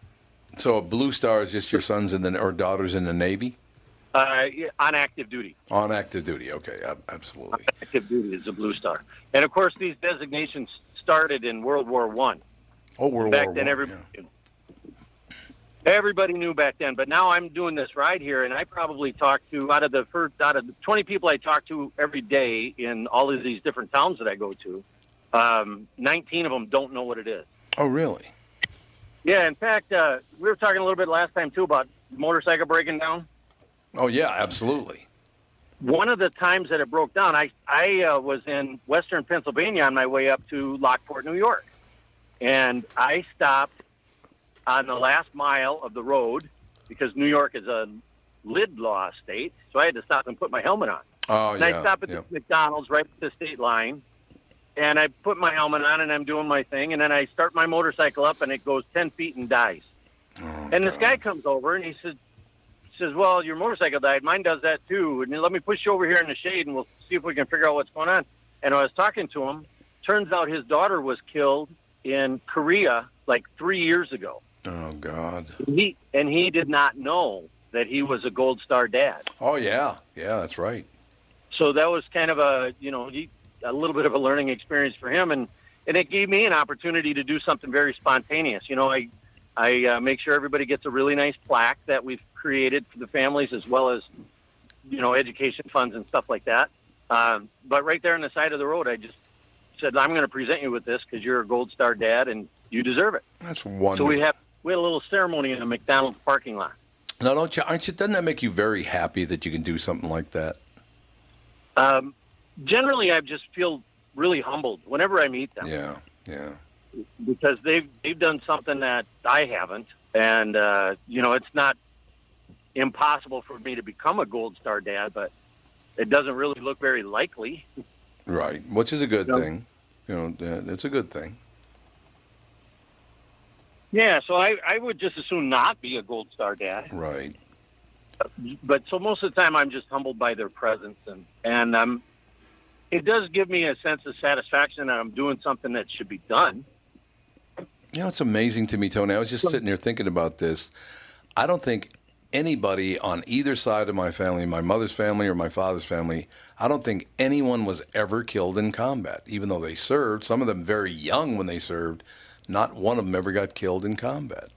Speaker 1: So a Blue Star is just your sons and the, or daughters in the Navy
Speaker 6: Uh, yeah, on active duty,
Speaker 1: on active duty. Okay, ab- absolutely.
Speaker 6: active duty is a blue star, and of course these designations started in World War One.
Speaker 1: Oh, World
Speaker 6: Back
Speaker 1: War
Speaker 6: then,
Speaker 1: One,
Speaker 6: everybody.
Speaker 1: yeah.
Speaker 6: Everybody knew back then, but now I'm doing this ride here, and I probably talk to out of the first out of the 20 people I talk to every day in all of these different towns that I go to. Um, 19 of them don't know what it is.
Speaker 1: Oh, really?
Speaker 6: Yeah, in fact, uh, we were talking a little bit last time too about motorcycle breaking down.
Speaker 1: Oh, yeah, absolutely.
Speaker 6: one of the times that it broke down, I I uh, was in Western Pennsylvania on my way up to Lockport, New York, and I stopped on the last mile of the road because New York is a lid law state, so I had to stop and put my helmet on.
Speaker 1: Oh,
Speaker 6: And
Speaker 1: yeah.
Speaker 6: I stop at
Speaker 1: yeah.
Speaker 6: the McDonald's right at the state line, and I put my helmet on and I'm doing my thing, and then I start my motorcycle up and it goes ten feet and dies.
Speaker 1: Oh,
Speaker 6: and this guy comes over and he says, "says Well, your motorcycle died. Mine does that too. And let me push you over here in the shade and we'll see if we can figure out what's going on." And I was talking to him. Turns out his daughter was killed in Korea like three years ago.
Speaker 1: Oh, God.
Speaker 6: He and he did not know that he was a gold star dad.
Speaker 1: Oh, yeah. Yeah, that's right.
Speaker 6: so that was kind of a you know he, a little bit of a learning experience for him and and it gave me an opportunity to do something very spontaneous you know i i uh, make sure everybody gets a really nice plaque that we've created for the families as well as you know education funds and stuff like that um, but right there on the side of the road i just said i'm going to present you with this because you're a gold star dad and you deserve it
Speaker 1: That's
Speaker 6: so
Speaker 1: wonderful.
Speaker 6: we have we had a little ceremony in the mcdonald's parking lot
Speaker 1: now, don't you, aren't you, doesn't that make you very happy that you can do something like that?
Speaker 6: um, generally i just feel really humbled whenever i meet them
Speaker 1: Yeah, yeah.
Speaker 6: because they've they've done something that I haven't, and uh, you know it's not impossible for me to become a gold star dad, but it doesn't really look very likely.
Speaker 1: Right, which is a good
Speaker 6: Yeah.
Speaker 1: thing. You know, uh, it's a good thing.
Speaker 6: Yeah, so I, I would just assume not be a gold star dad.
Speaker 1: Right.
Speaker 6: But so most of the time I'm just humbled by their presence, and and um, it does give me a sense of satisfaction that I'm doing something that should be done.
Speaker 1: You know, it's amazing to me, Tony. I was just sitting here thinking about this. I don't think anybody on either side of my family, my mother's family or my father's family, I don't think anyone was ever killed in combat, even though they served, some of them very young when they served. Not one of them ever got killed in combat.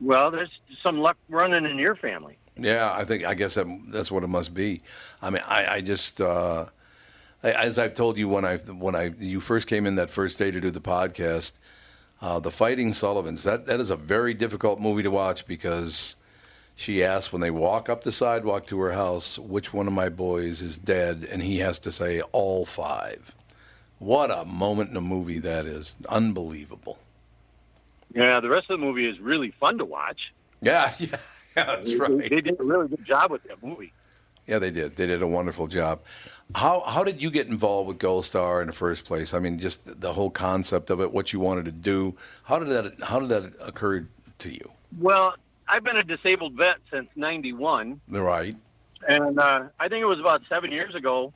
Speaker 6: Well, there's some luck running in your family.
Speaker 1: Yeah, I think I guess that, that's what it must be. I mean, I, I just uh, I, as I've told you when I when I you first came in that first day to do the podcast, uh, the Fighting Sullivans that that is a very difficult movie to watch because She asks when they walk up the sidewalk to her house, which one of my boys is dead, and he has to say, all five. What a moment in a movie that is. Unbelievable.
Speaker 6: Yeah, the rest of the movie is really fun to watch.
Speaker 1: Yeah, yeah, yeah that's
Speaker 6: They-
Speaker 1: right.
Speaker 6: They did a really good job with that movie.
Speaker 1: Yeah, they did. They did a wonderful job. How how did you get involved with Gold Star in the first place? I mean, just the whole concept of it, what you wanted to do. How did that how did that occur to you?
Speaker 6: Well, I've been a disabled vet since 91,
Speaker 1: Right.
Speaker 6: and uh, I think it was about seven years ago.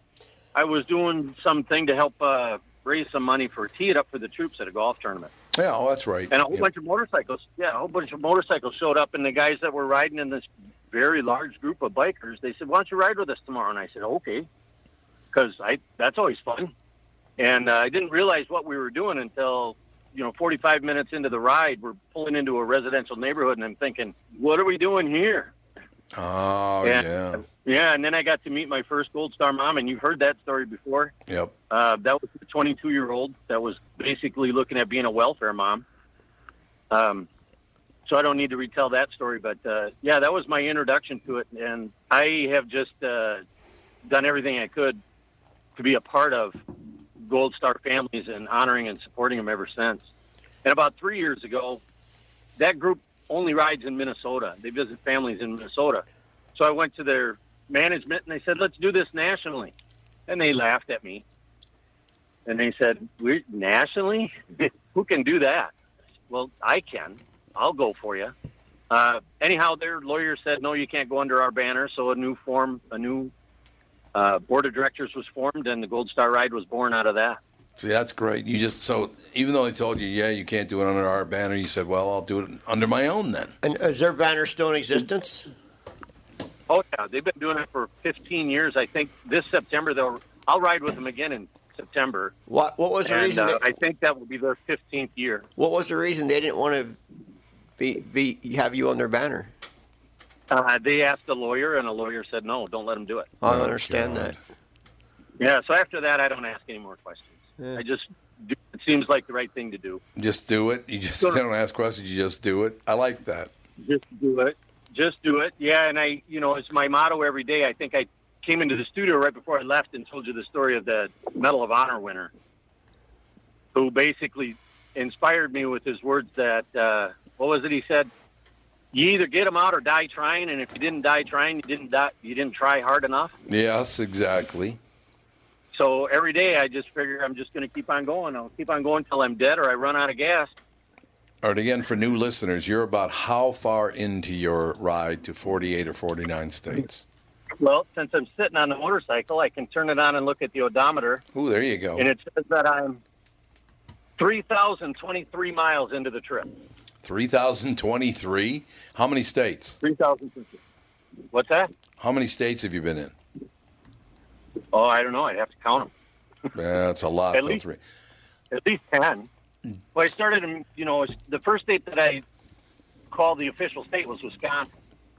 Speaker 6: I was doing something to help uh, raise some money for Tee It Up for the Troops at a golf tournament.
Speaker 1: Yeah, oh, that's right.
Speaker 6: And a whole
Speaker 1: Yeah.
Speaker 6: bunch of motorcycles, yeah, a whole bunch of motorcycles showed up, and the guys that were riding in this very large group of bikers, they said, "Why don't you ride with us tomorrow?" And I said, "Okay," because I that's always fun. And uh, I didn't realize what we were doing until you know 45 minutes into the ride, we're pulling into a residential neighborhood, and I'm thinking, "What are we doing here?"
Speaker 1: Oh
Speaker 6: Yeah.
Speaker 1: yeah.
Speaker 6: Yeah, and then I got to meet my first Gold Star mom, and you've heard that story before.
Speaker 1: Yep.
Speaker 6: Uh, that was a 22 year old that was basically looking at being a welfare mom. Um, so I don't need to retell that story, but uh, yeah, that was my introduction to it, and I have just uh, done everything I could to be a part of Gold Star families and honoring and supporting them ever since. And about three years ago, that group only rides in Minnesota. They visit families in Minnesota. So I went to their management and they said, "Let's do this nationally," and they laughed at me. And they said, We're nationally? Who can do that? Well, I can. I'll go for you. Uh, anyhow, their lawyer said, No, you can't go under our banner. So a new form, a new uh, board of directors was formed, and the Gold Star Ride was born out of that.
Speaker 1: See, that's great. You just so even though they told you, yeah, you can't do it under our banner, you said, well, I'll do it under my own then.
Speaker 2: And is their banner still in existence?
Speaker 6: Oh, yeah. They've been doing it for 15 years. I think this September, they'll, I'll ride with them again in September.
Speaker 2: What What was the
Speaker 6: And
Speaker 2: reason?
Speaker 6: uh,
Speaker 2: they,
Speaker 6: I think that will be their 15th year.
Speaker 2: what was the reason they didn't want to be be have you on their banner?
Speaker 6: Uh, they asked a lawyer, and a lawyer said, No, don't let them do it.
Speaker 2: I
Speaker 1: Oh,
Speaker 2: don't understand that.
Speaker 6: Yeah, so after that, I don't ask any more questions. I just do, it seems like the right thing to do.
Speaker 1: Just do it. You just
Speaker 6: Sure.
Speaker 1: don't ask questions. You just do it. Uh, I like that.
Speaker 6: Just do it. Just do it. Yeah, and I, you know, it's my motto every day. I think I came into the studio right before I left and told you the story of the Medal of Honor winner, who basically inspired me with his words that uh, what was it he said? You either get them out or die trying, and if you didn't die trying, you didn't die, you didn't try hard enough.
Speaker 1: Yes, exactly.
Speaker 6: So every day I just figure I'm just going to keep on going. I'll keep on going till I'm dead or I run out of gas.
Speaker 1: All right, again, for new listeners, you're about how far into your ride to 48 or 49 states?
Speaker 6: Well, since I'm sitting on the motorcycle, I can turn it on and look at the odometer,
Speaker 1: Ooh, there you go.
Speaker 6: and it says that I'm 3,023 miles into the trip.
Speaker 1: 3,023? How many states?
Speaker 6: 3,050. What's that?
Speaker 1: How many states have you been in?
Speaker 6: Oh, I don't know. I'd have to count them.
Speaker 1: That's a lot.
Speaker 6: At
Speaker 1: though,
Speaker 6: least-
Speaker 1: three.
Speaker 6: At least 10.
Speaker 1: Hmm.
Speaker 6: Well, I started in, you know, the first state that I called the official state was Wisconsin.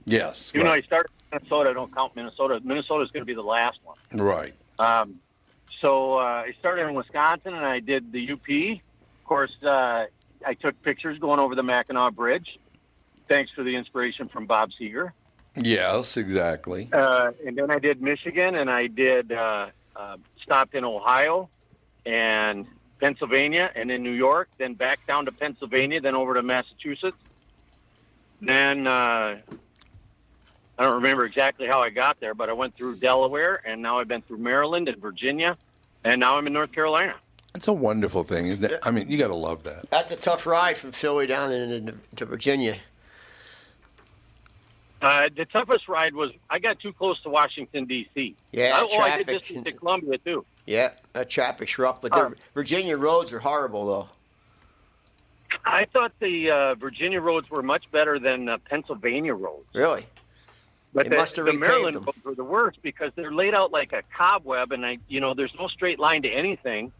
Speaker 1: Yes.
Speaker 6: Even
Speaker 1: right.
Speaker 6: though I started in Minnesota, I don't count Minnesota. Minnesota's going to be the last one.
Speaker 1: right.
Speaker 6: Um, so uh, I started in Wisconsin and I did the UP. Of course, uh, I took pictures going over the Mackinac Bridge. Thanks for the inspiration from Bob Seger.
Speaker 1: Yes, exactly.
Speaker 6: Uh, and then I did Michigan and I did uh, uh, stopped in Ohio and Pennsylvania and then New York, then back down to Pennsylvania, then over to Massachusetts. Then uh, I don't remember exactly how I got there, but I went through Delaware and now I've been through Maryland and Virginia and now I'm in North Carolina.
Speaker 1: It's a wonderful thing. Isn't it? I mean, you got to love that.
Speaker 2: That's a tough ride from Philly down into to Virginia.
Speaker 6: Uh, the toughest ride was I got too close to Washington D.C.
Speaker 2: Yeah,
Speaker 6: I, oh, I did
Speaker 2: traffic.
Speaker 6: this to Columbia too.
Speaker 2: Yeah, that traffic's rough, but their
Speaker 6: Oh.
Speaker 2: Virginia roads are horrible though.
Speaker 6: I thought the uh, Virginia roads were much better than uh, Pennsylvania roads.
Speaker 2: Really.
Speaker 6: But
Speaker 2: They
Speaker 6: the,
Speaker 2: must have
Speaker 6: the
Speaker 2: repaved
Speaker 6: Maryland
Speaker 2: them.
Speaker 6: roads were the worst because they're laid out like a cobweb, and I, you know, there's no straight line to anything,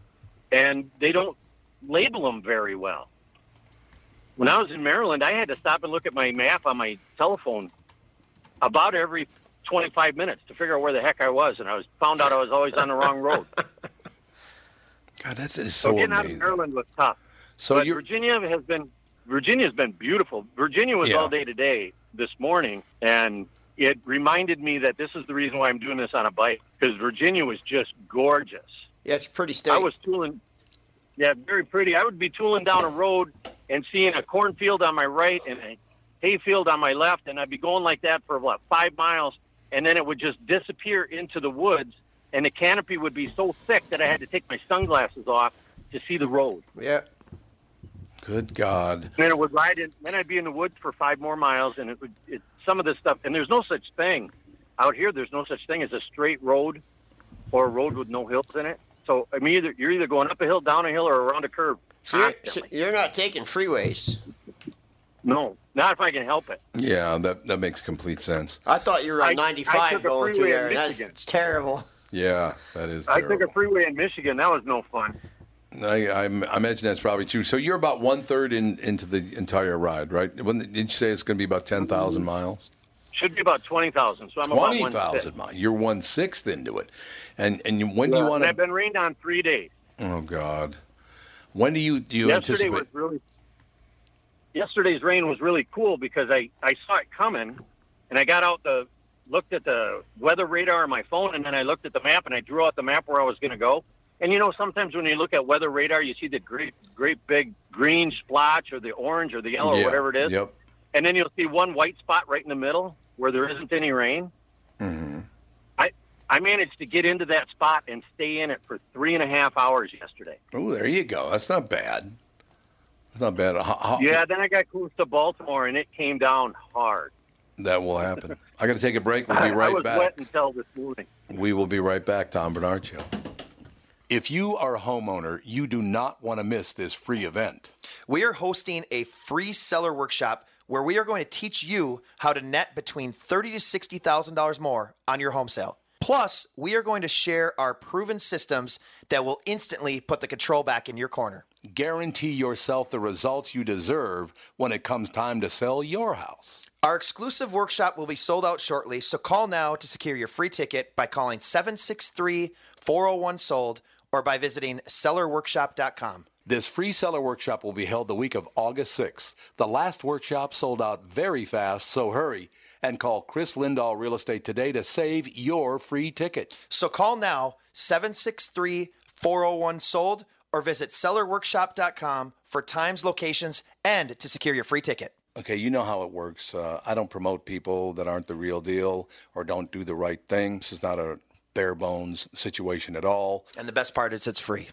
Speaker 6: and they don't label them very well. When I was in Maryland, I had to stop and look at my map on my telephone about every 25 minutes to figure out where the heck I was, and I was found out I was always on the wrong road.
Speaker 1: God, that's it's
Speaker 6: So
Speaker 1: so
Speaker 6: getting out of
Speaker 1: amazing.
Speaker 6: Maryland was tough.
Speaker 1: So
Speaker 6: But
Speaker 1: you're
Speaker 6: Virginia has been Virginia's been beautiful. Virginia was
Speaker 1: Yeah.
Speaker 6: all day today. this morning, and it reminded me that this is the reason why I'm doing this on a bike because Virginia was just gorgeous.
Speaker 2: Yeah, it's a pretty state.
Speaker 6: I was tooling, yeah, very pretty. I would be tooling down a road and seeing a cornfield on my right and a hayfield on my left, and I'd be going like that for about five miles, and then it would just disappear into the woods, and the canopy would be so thick that I had to take my sunglasses off to see the road.
Speaker 2: yeah.
Speaker 1: Good God.
Speaker 6: And then it would ride in. Then I'd be in the woods for five more miles, and it would. It, some of this stuff, and there's no such thing out here. There's no such thing as a straight road or a road with no hills in it. So I'm either you're either going up a hill, down a hill, or around a curve.
Speaker 2: So you're, so
Speaker 6: constantly.
Speaker 2: you're not taking freeways.
Speaker 6: no, not if I can help it.
Speaker 1: Yeah, that, that makes complete sense.
Speaker 2: I thought you were
Speaker 6: I-
Speaker 2: on
Speaker 6: I
Speaker 2: 95
Speaker 6: took a
Speaker 2: going through
Speaker 6: freeway in
Speaker 2: there. and That's
Speaker 6: Michigan.
Speaker 2: it's terrible.
Speaker 1: Yeah, that is
Speaker 6: I took
Speaker 1: terrible.
Speaker 6: a freeway in Michigan. That was no fun.
Speaker 1: I, I, I imagine that's probably true. So you're about one third in, into the entire ride, right? When, did you say it's going to be about 10,000 miles?
Speaker 6: Should be about twenty thousand. So Mm-hmm. I'm about one.
Speaker 1: 20,000 miles. You're one sixth into it. And, and you- when do you want
Speaker 6: I've
Speaker 1: to.
Speaker 6: been rained on three days.
Speaker 1: Oh, God. When do you, do you
Speaker 6: yesterday
Speaker 1: anticipate?
Speaker 6: was really yesterday's rain was really cool because I, I saw it coming and I got out the looked at the weather radar on my phone and then I looked at the map and I drew out the map where I was going to go. And you know sometimes when you look at weather radar you see the great great big green splotch or the orange or the yellow
Speaker 1: Yeah,
Speaker 6: or whatever it is.
Speaker 1: Yep.
Speaker 6: And then you'll see one white spot right in the middle where there isn't any rain.
Speaker 1: Mm-hmm.
Speaker 6: I I managed to get into that spot and stay in it for three and a half hours yesterday.
Speaker 1: Oh, there you go. That's not bad. That's not bad. Ho- ho-
Speaker 6: Yeah, then I got close to Baltimore and it came down hard.
Speaker 1: That will happen. I got to take a break. We'll be
Speaker 6: I
Speaker 1: right
Speaker 6: was
Speaker 1: back.
Speaker 6: wet until this morning.
Speaker 1: We will be right back, Tom Bernard Show. If you are a homeowner, you do not want to miss this free event.
Speaker 7: We are hosting a free seller workshop where we are going to teach you how to net between thirty to sixty thousand dollars more on your home sale. Plus, we are going to share our proven systems that will instantly put the control back in your corner.
Speaker 1: Guarantee yourself the results you deserve when it comes time to sell your house.
Speaker 7: Our exclusive workshop will be sold out shortly, so call now to secure your free ticket by calling 763 401 sold or by visiting sellerworkshop.com.
Speaker 1: This free seller workshop will be held the week of August 6th. The last workshop sold out very fast, so hurry and call Chris Lindahl Real Estate today to save your free ticket.
Speaker 7: So call now 763 401 sold or visit sellerworkshop.com for times, locations, and to secure your free ticket.
Speaker 1: Okay, you know how it works. Uh, I don't promote people that aren't the real deal or don't do the right thing. This is not a bare bones situation at all.
Speaker 7: And the best part is it's free.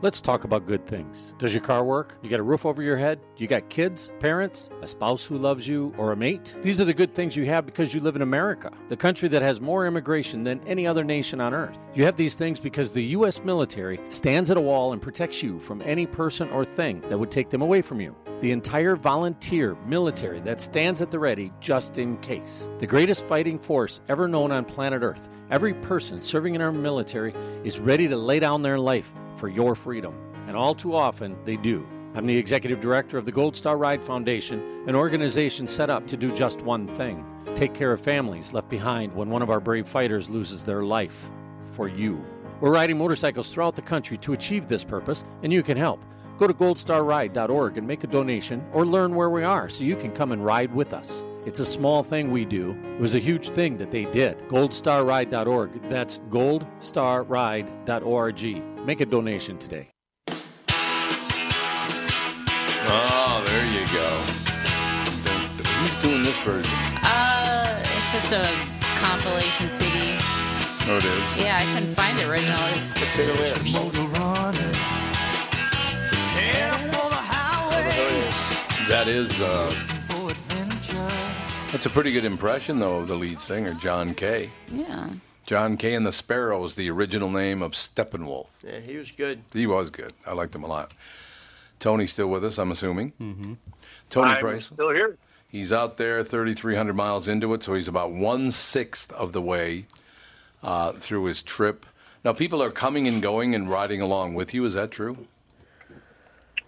Speaker 8: Let's talk about good things. Does your car work? You got a roof over your head? You got kids, parents, a spouse who loves you, or a mate? These are the good things you have because you live in America, the country that has more immigration than any other nation on earth. You have these things because the U.S. military stands at a wall and protects you from any person or thing that would take them away from you. The entire volunteer military that stands at the ready just in case. The greatest fighting force ever known on planet Earth. Every person serving in our military is ready to lay down their life for your freedom. And all too often, they do. I'm the executive director of the Gold Star Ride Foundation, an organization set up to do just one thing take care of families left behind when one of our brave fighters loses their life for you. We're riding motorcycles throughout the country to achieve this purpose, and you can help. Go to goldstarride.org and make a donation or learn where we are so you can come and ride with us. It's a small thing we do. It was a huge thing that they did. Goldstarride.org. That's goldstarride.org. Make a donation today.
Speaker 1: Oh, there you go. Who's doing this version?
Speaker 4: Uh, it's just a compilation CD.
Speaker 1: Oh, it is.
Speaker 4: Yeah, I couldn't find the original.
Speaker 2: Let's hit the lyrics.
Speaker 1: That is. Uh, that's a pretty good impression, though, of the lead singer, John Kay.
Speaker 4: Yeah.
Speaker 1: John Kay and the Sparrows, the original name of Steppenwolf.
Speaker 2: Yeah, he was good.
Speaker 1: He was good. I liked him a lot. Tony's still with us, I'm assuming. Mm-hmm. Tony
Speaker 6: I'm
Speaker 1: Price.
Speaker 6: still here.
Speaker 1: He's out there 3,300 miles into it, so he's about one sixth of the way uh, through his trip. Now, people are coming and going and riding along with you. Is that true?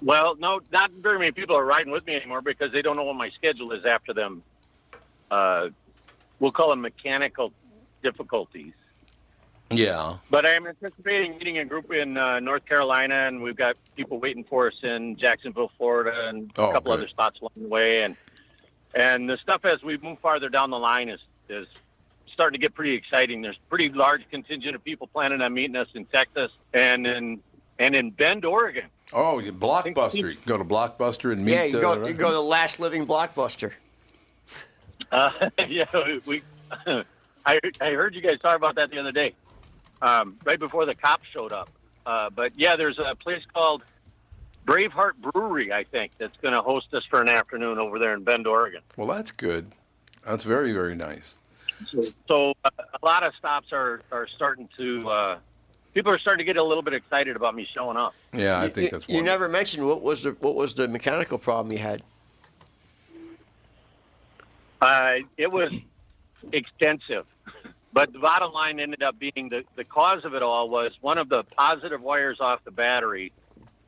Speaker 6: Well, no, not very many people are riding with me anymore because they don't know what my schedule is after them. Uh, we'll call them mechanical difficulties.
Speaker 1: Yeah.
Speaker 6: But I'm anticipating meeting a group in uh, North Carolina, and we've got people waiting for us in Jacksonville, Florida, and
Speaker 1: Oh,
Speaker 6: a couple
Speaker 1: good.
Speaker 6: other spots along the way. And And the stuff as we move farther down the line is, is starting to get pretty exciting. There's pretty large contingent of people planning on meeting us in Texas and in and in Bend, Oregon.
Speaker 1: Oh, you Blockbuster. You can go to Blockbuster and meet.
Speaker 2: yeah, you go,
Speaker 1: uh,
Speaker 2: you go to the last living blockbuster.
Speaker 6: Uh, yeah, we. I I heard you guys talk about that the other day, um, right before the cops showed up. Uh, but yeah, there's a place called Braveheart Brewery, I think, that's going to host us for an afternoon over there in Bend, Oregon.
Speaker 1: Well, that's good. That's very very nice.
Speaker 6: So uh, a lot of stops are are starting to. Uh, people are starting to get a little bit excited about me showing up.
Speaker 1: Yeah, I think
Speaker 2: you,
Speaker 1: that's
Speaker 2: you
Speaker 1: wonderful.
Speaker 2: never mentioned what was the what was the mechanical problem you had.
Speaker 6: Uh, it was extensive. But the bottom line ended up being the, the cause of it all was one of the positive wires off the battery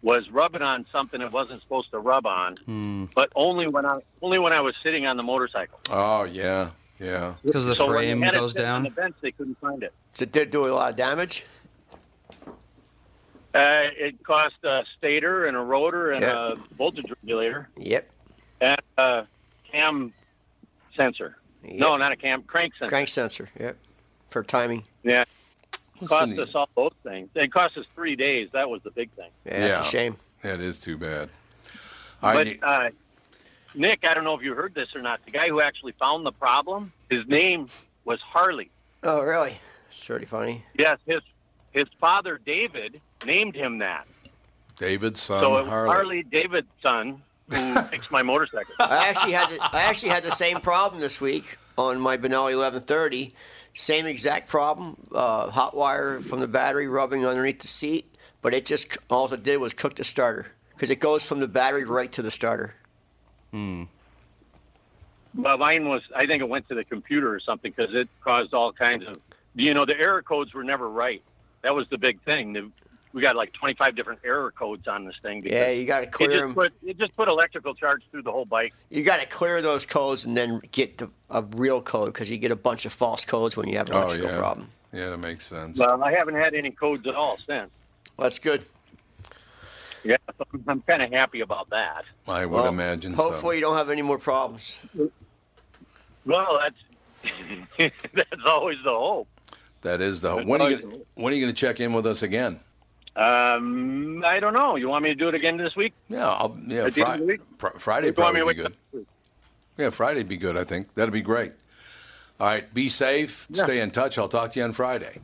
Speaker 6: was rubbing on something it wasn't supposed to rub on, but only when I only when I was sitting on the motorcycle.
Speaker 1: Oh yeah, yeah.
Speaker 3: Because the
Speaker 6: So when they
Speaker 3: frame
Speaker 6: had it
Speaker 3: goes
Speaker 6: sitting On the
Speaker 3: down.
Speaker 6: bench, they couldn't find it.
Speaker 2: So it did do a lot of damage.
Speaker 6: Uh, it cost a stator and a rotor and
Speaker 2: Yeah.
Speaker 6: a voltage regulator
Speaker 2: Yep.
Speaker 6: and a cam sensor. No, not a cam crank sensor.
Speaker 2: Crank sensor. Yep. For timing.
Speaker 6: Yeah,
Speaker 1: Listen,
Speaker 6: cost us all both things. It cost us three days. That was the big thing.
Speaker 2: Yeah, that's a
Speaker 1: Yeah.
Speaker 2: shame.
Speaker 1: that is too bad. I
Speaker 6: But
Speaker 1: need-
Speaker 6: uh, Nick, I don't know if you heard this or not. The guy who actually found the problem, his name was Harley.
Speaker 2: Oh, really? It's pretty funny.
Speaker 6: Yes, his his father David named him that.
Speaker 1: David's son
Speaker 6: So it was
Speaker 1: Harley.
Speaker 6: Harley Davidson who fixed my motorcycle.
Speaker 2: I actually had the, I actually had the same problem this week on my Benelli 1130. Same exact problem. Uh, hot wire from the battery rubbing underneath the seat, but it just all it did was cook the starter because it goes from the battery right to the starter.
Speaker 1: Hmm.
Speaker 6: But mine was, I think it went to the computer or something because it caused all kinds of, you know, the error codes were never right. That was the big thing. The, we got like 25 different error codes on this thing. because
Speaker 2: Yeah, you got to
Speaker 6: It
Speaker 2: clear
Speaker 6: just,
Speaker 2: them.
Speaker 6: put, it just put electrical charge through the whole bike.
Speaker 2: You got to clear those codes and then get the, a real code because you get a bunch of false codes when you have an
Speaker 1: oh
Speaker 2: electrical
Speaker 1: yeah.
Speaker 2: problem.
Speaker 1: Yeah, that makes sense.
Speaker 6: Well, I haven't had any codes at all since.
Speaker 2: Well, that's good.
Speaker 6: Yeah, so I'm- I'm kind of happy about that.
Speaker 1: I would
Speaker 2: Well,
Speaker 1: imagine.
Speaker 2: Hopefully,
Speaker 1: so.
Speaker 2: you don't have any more problems.
Speaker 6: Well, that's that's always the hope.
Speaker 1: that is the. When are you
Speaker 6: Hopefully.
Speaker 1: gonna, when are you going to check in with us again?
Speaker 6: Um, I don't know. You want me to do it again this week?
Speaker 1: Yeah, I'll, yeah.
Speaker 6: At the end of the
Speaker 1: Fri-
Speaker 6: week?
Speaker 1: pr- Friday
Speaker 6: You want me
Speaker 1: probably
Speaker 6: to
Speaker 1: would
Speaker 6: wake
Speaker 1: be
Speaker 6: up this
Speaker 1: good.
Speaker 6: week?
Speaker 1: Yeah, Friday'd be good. I think that'd be great. All right, be safe. Stay in touch. I'll talk to you on Friday.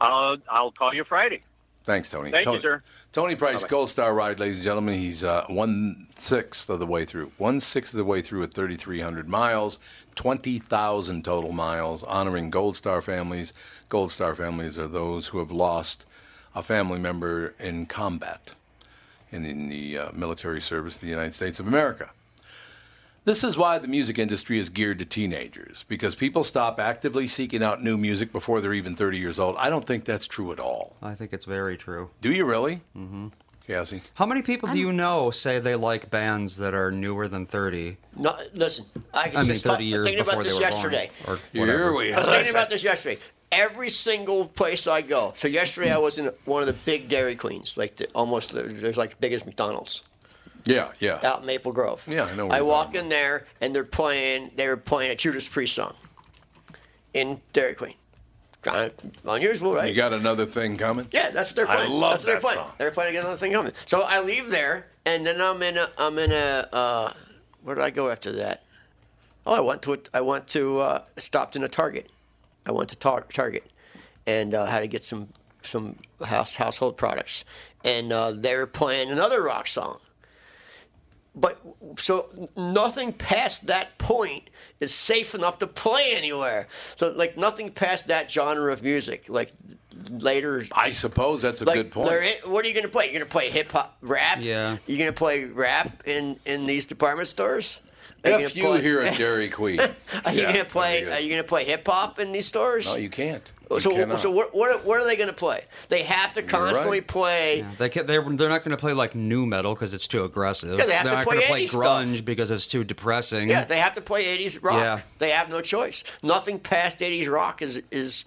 Speaker 6: I'll I'll call you Friday.
Speaker 1: Thanks, Tony.
Speaker 6: Thank you,
Speaker 1: Tony,
Speaker 6: sir.
Speaker 1: Tony Price, Gold Star Ride, ladies and gentlemen. He's uh, one sixth of the way through. One sixth of the way through at 3,300 miles, 20,000 total miles, honoring Gold Star families. Gold Star families are those who have lost a family member in combat and in the uh, military service of the United States of America. This is why the music industry is geared to teenagers, because people stop actively seeking out new music before they're even 30 years old. I don't think that's true at all.
Speaker 3: I think it's very true.
Speaker 1: Do you really? Mm-hmm. Cassie.
Speaker 3: How many people do you know say they like bands that are newer than 30?
Speaker 2: No, listen, I,
Speaker 3: I
Speaker 2: was
Speaker 3: mean,
Speaker 2: just ta-
Speaker 3: 30 years
Speaker 2: thinking
Speaker 3: before
Speaker 2: about this
Speaker 3: they were
Speaker 2: yesterday.
Speaker 3: born. Or
Speaker 1: Here
Speaker 3: whatever.
Speaker 1: we
Speaker 2: I was thinking about this yesterday. Every single place I go. So yesterday I was in one of the big Dairy Queens, like the, almost the, there's like the biggest McDonald's
Speaker 1: Yeah, yeah.
Speaker 2: out in Maple Grove.
Speaker 1: Yeah, I know where
Speaker 2: I
Speaker 1: you're
Speaker 2: walk
Speaker 1: talking
Speaker 2: in there and they're playing. They were playing a Judas Priest song in Dairy Queen. Kind of unusual, right?
Speaker 1: You got another thing coming?
Speaker 2: Yeah, that's what they're
Speaker 1: I
Speaker 2: playing.
Speaker 1: love
Speaker 2: that's what they're
Speaker 1: that
Speaker 2: playing.
Speaker 1: song.
Speaker 2: They're playing another thing coming. So I leave there, and then I'm in a, I'm in a, uh, where did I go after that? Oh, I went to, a, I went to, uh, stopped in a Target. I went to tar- Target, and uh, had to get some some house household products, and uh, they were playing another rock song. But so nothing past that point is safe enough to play anywhere. So like nothing past that genre of music, like later
Speaker 1: I suppose that's a
Speaker 2: like,
Speaker 1: good point.
Speaker 2: there i- what are you going to play? You're going to play hip hop, rap.
Speaker 3: Yeah.
Speaker 2: You're going to play rap in in these department stores. Are
Speaker 1: F you
Speaker 2: gonna play-
Speaker 1: here at Dairy Queen.
Speaker 2: Are you
Speaker 1: Yeah,
Speaker 2: going to play?
Speaker 1: very
Speaker 2: Are
Speaker 1: good.
Speaker 2: you going to play hip hop in these stores?
Speaker 1: No, you can't. You
Speaker 2: so
Speaker 1: cannot.
Speaker 2: so what, what are- what are they going to play? They have to constantly
Speaker 1: right.
Speaker 2: play.
Speaker 3: They can, they're, they're not going to play like new metal because it's too aggressive.
Speaker 2: Yeah, they have
Speaker 3: are
Speaker 2: to
Speaker 3: not
Speaker 2: play
Speaker 3: gonna play
Speaker 2: 80s stuff.
Speaker 3: grunge because it's too depressing.
Speaker 2: Yeah, they have to play 80s rock.
Speaker 3: Yeah.
Speaker 2: They have no choice. Nothing past 80s rock is is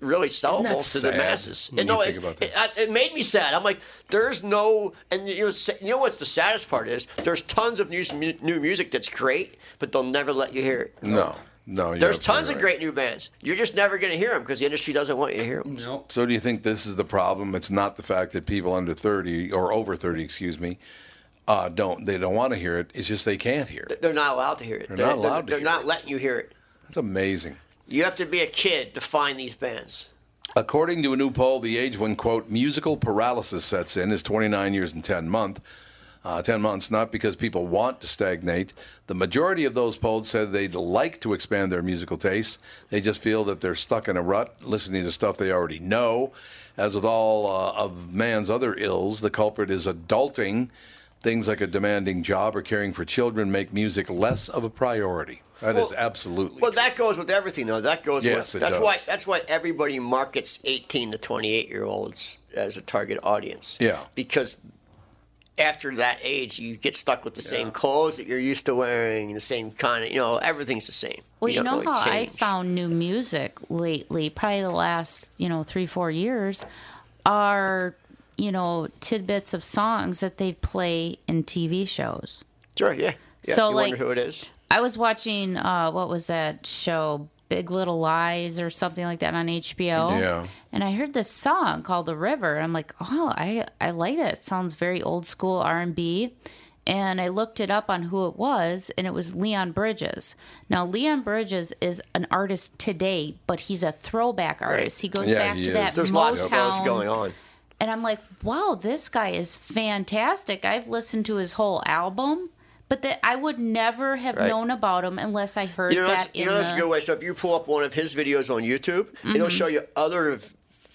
Speaker 2: really sellable
Speaker 1: that
Speaker 2: to the
Speaker 1: sad
Speaker 2: masses.
Speaker 1: when
Speaker 2: And
Speaker 1: you
Speaker 2: no,
Speaker 1: think
Speaker 2: it,
Speaker 1: about
Speaker 2: it, I- it made me sad. I'm like, there's no, and you know, sa- you know what's the saddest part is? There's tons of new mu- new music that's great, but they'll never let you hear it.
Speaker 1: No, no. you're
Speaker 2: There's
Speaker 1: absolutely
Speaker 2: tons of
Speaker 1: right.
Speaker 2: great new bands. You're just never going to hear them because the industry doesn't want you to hear them.
Speaker 1: So do you think this is the problem? It's not the fact that people under 30 or over 30, excuse me, uh, don't they don't want to hear it. It's just they can't hear it.
Speaker 2: They're not allowed to hear it.
Speaker 1: They're not allowed to
Speaker 2: They're
Speaker 1: hear
Speaker 2: not
Speaker 1: it.
Speaker 2: letting you hear it.
Speaker 1: That's amazing.
Speaker 2: You have to be a kid to find these bands.
Speaker 1: According to a new poll, the age when quote musical paralysis sets in is 29 years and 10 month. Uh, 10 months, not because people want to stagnate. The majority of those polled said they'd like to expand their musical tastes. They just feel that they're stuck in a rut, listening to stuff they already know. As with all uh, of man's other ills, the culprit is adulting. Things like a demanding job or caring for children make music less of a priority. That is
Speaker 2: Well-
Speaker 1: absolutely
Speaker 2: Well, that goes with everything, though. That goes
Speaker 1: Yes, it
Speaker 2: with. That's
Speaker 1: does.
Speaker 2: why. That's why everybody markets 18 to 28 year olds as a target audience.
Speaker 1: Yeah.
Speaker 2: Because after that age, you get stuck with the same clothes that you're used to wearing, the same kind of, you know, everything's the same.
Speaker 4: Well, you,
Speaker 2: don't
Speaker 4: know
Speaker 2: really
Speaker 4: how I
Speaker 2: change.
Speaker 4: found new music lately, probably the last, you know, three, four years, are, you know, tidbits of songs that they play in TV shows.
Speaker 2: Sure. Yeah. yeah.
Speaker 4: So,
Speaker 2: you
Speaker 4: like-
Speaker 2: wonder who it is.
Speaker 4: I was watching, uh, what was that show? Big Little Lies or something like that on HBO.
Speaker 1: Yeah.
Speaker 4: And I heard this song called The River. And I'm like, oh, I, I like that. It sounds very old school R&B. And I looked it up on who it was, and it was Leon Bridges. Now, Leon Bridges is an artist today, but he's a throwback artist. He goes
Speaker 1: Yeah,
Speaker 4: back
Speaker 1: he
Speaker 4: to
Speaker 1: is.
Speaker 4: that
Speaker 2: There's
Speaker 4: Motown.
Speaker 2: lots of those going on.
Speaker 4: And I'm like, wow, this guy is fantastic. I've listened to his whole album, but that I would never have
Speaker 2: Right.
Speaker 4: known about him unless I heard
Speaker 2: You know, that's,
Speaker 4: that in
Speaker 2: you know that's
Speaker 4: the- Mm-hmm.
Speaker 2: a good way. So if you pull up one of his videos on YouTube, it'll show you other f-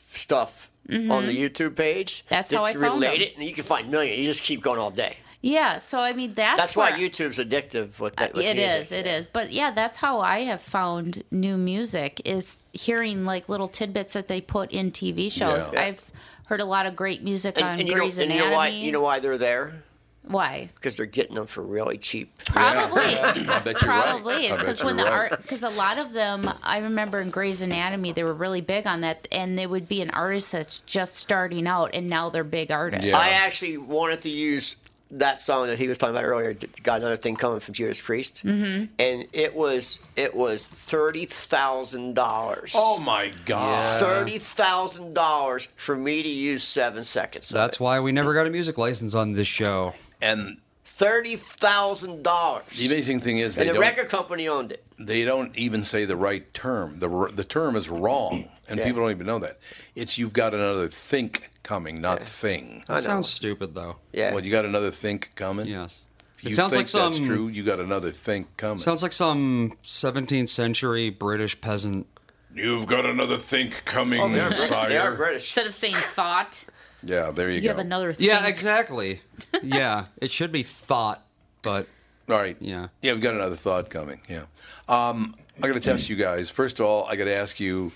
Speaker 2: stuff on the YouTube page.
Speaker 4: That's how I found
Speaker 2: related,
Speaker 4: him.
Speaker 2: and you can find millions. You just keep going all day.
Speaker 4: Yeah, so I mean that's
Speaker 2: That's why
Speaker 4: where-
Speaker 2: YouTube's addictive. With that, with
Speaker 4: It
Speaker 2: music.
Speaker 4: is, it is. But yeah, that's how I have found new music is hearing like little tidbits that they put in TV shows.
Speaker 1: Yeah.
Speaker 4: I've heard a lot of great music
Speaker 2: And,
Speaker 4: on
Speaker 2: and you know,
Speaker 4: Grey's
Speaker 2: and you
Speaker 4: Anatomy.
Speaker 2: know why? You know why they're there?
Speaker 4: why?
Speaker 2: Because they're getting them for really cheap.
Speaker 4: Probably.
Speaker 1: I bet you're right.
Speaker 4: Probably
Speaker 1: I
Speaker 4: it's
Speaker 1: bet
Speaker 4: because when
Speaker 1: you're
Speaker 4: the
Speaker 1: right.
Speaker 4: art because a lot of them I remember in Grey's Anatomy they were really big on that and they would be an artist that's just starting out and now they're big artists.
Speaker 1: Yeah.
Speaker 2: I actually wanted to use that song that he was talking about earlier. Got another thing coming from Judas Priest, mm-hmm. and it was it was thirty thousand dollars.
Speaker 1: Oh my God.
Speaker 2: Thirty thousand dollars for me to use seven seconds. of
Speaker 3: That's
Speaker 2: it.
Speaker 3: why we never got a music license on this show.
Speaker 1: And
Speaker 2: thirty thousand
Speaker 1: the
Speaker 2: dollars,
Speaker 1: amazing thing is they
Speaker 2: and the
Speaker 1: don't
Speaker 2: record company owned it.
Speaker 1: they don't even say the right term. The r- the term is wrong, and
Speaker 2: Yeah.
Speaker 1: people don't even know that. It's you've got another think coming, not thing.
Speaker 3: That sounds stupid, though.
Speaker 2: Yeah,
Speaker 1: Well, you got another think coming.
Speaker 3: Yes.
Speaker 1: If
Speaker 3: It
Speaker 1: you
Speaker 3: sounds
Speaker 1: think
Speaker 3: like some.
Speaker 1: that's true. You got another think coming.
Speaker 3: Sounds like some 17th century British peasant.
Speaker 1: You've got another think coming,
Speaker 2: they are, Brit-
Speaker 1: sire.
Speaker 2: they are British.
Speaker 4: Instead of saying thought,
Speaker 1: Yeah, there you,
Speaker 4: you
Speaker 1: go.
Speaker 4: have another thing.
Speaker 3: Yeah, exactly. yeah, it should be thought, but
Speaker 1: All right.
Speaker 3: Yeah.
Speaker 1: Yeah, we've got another thought coming. Yeah. Um, I got to test you guys. First of all, I got to ask you: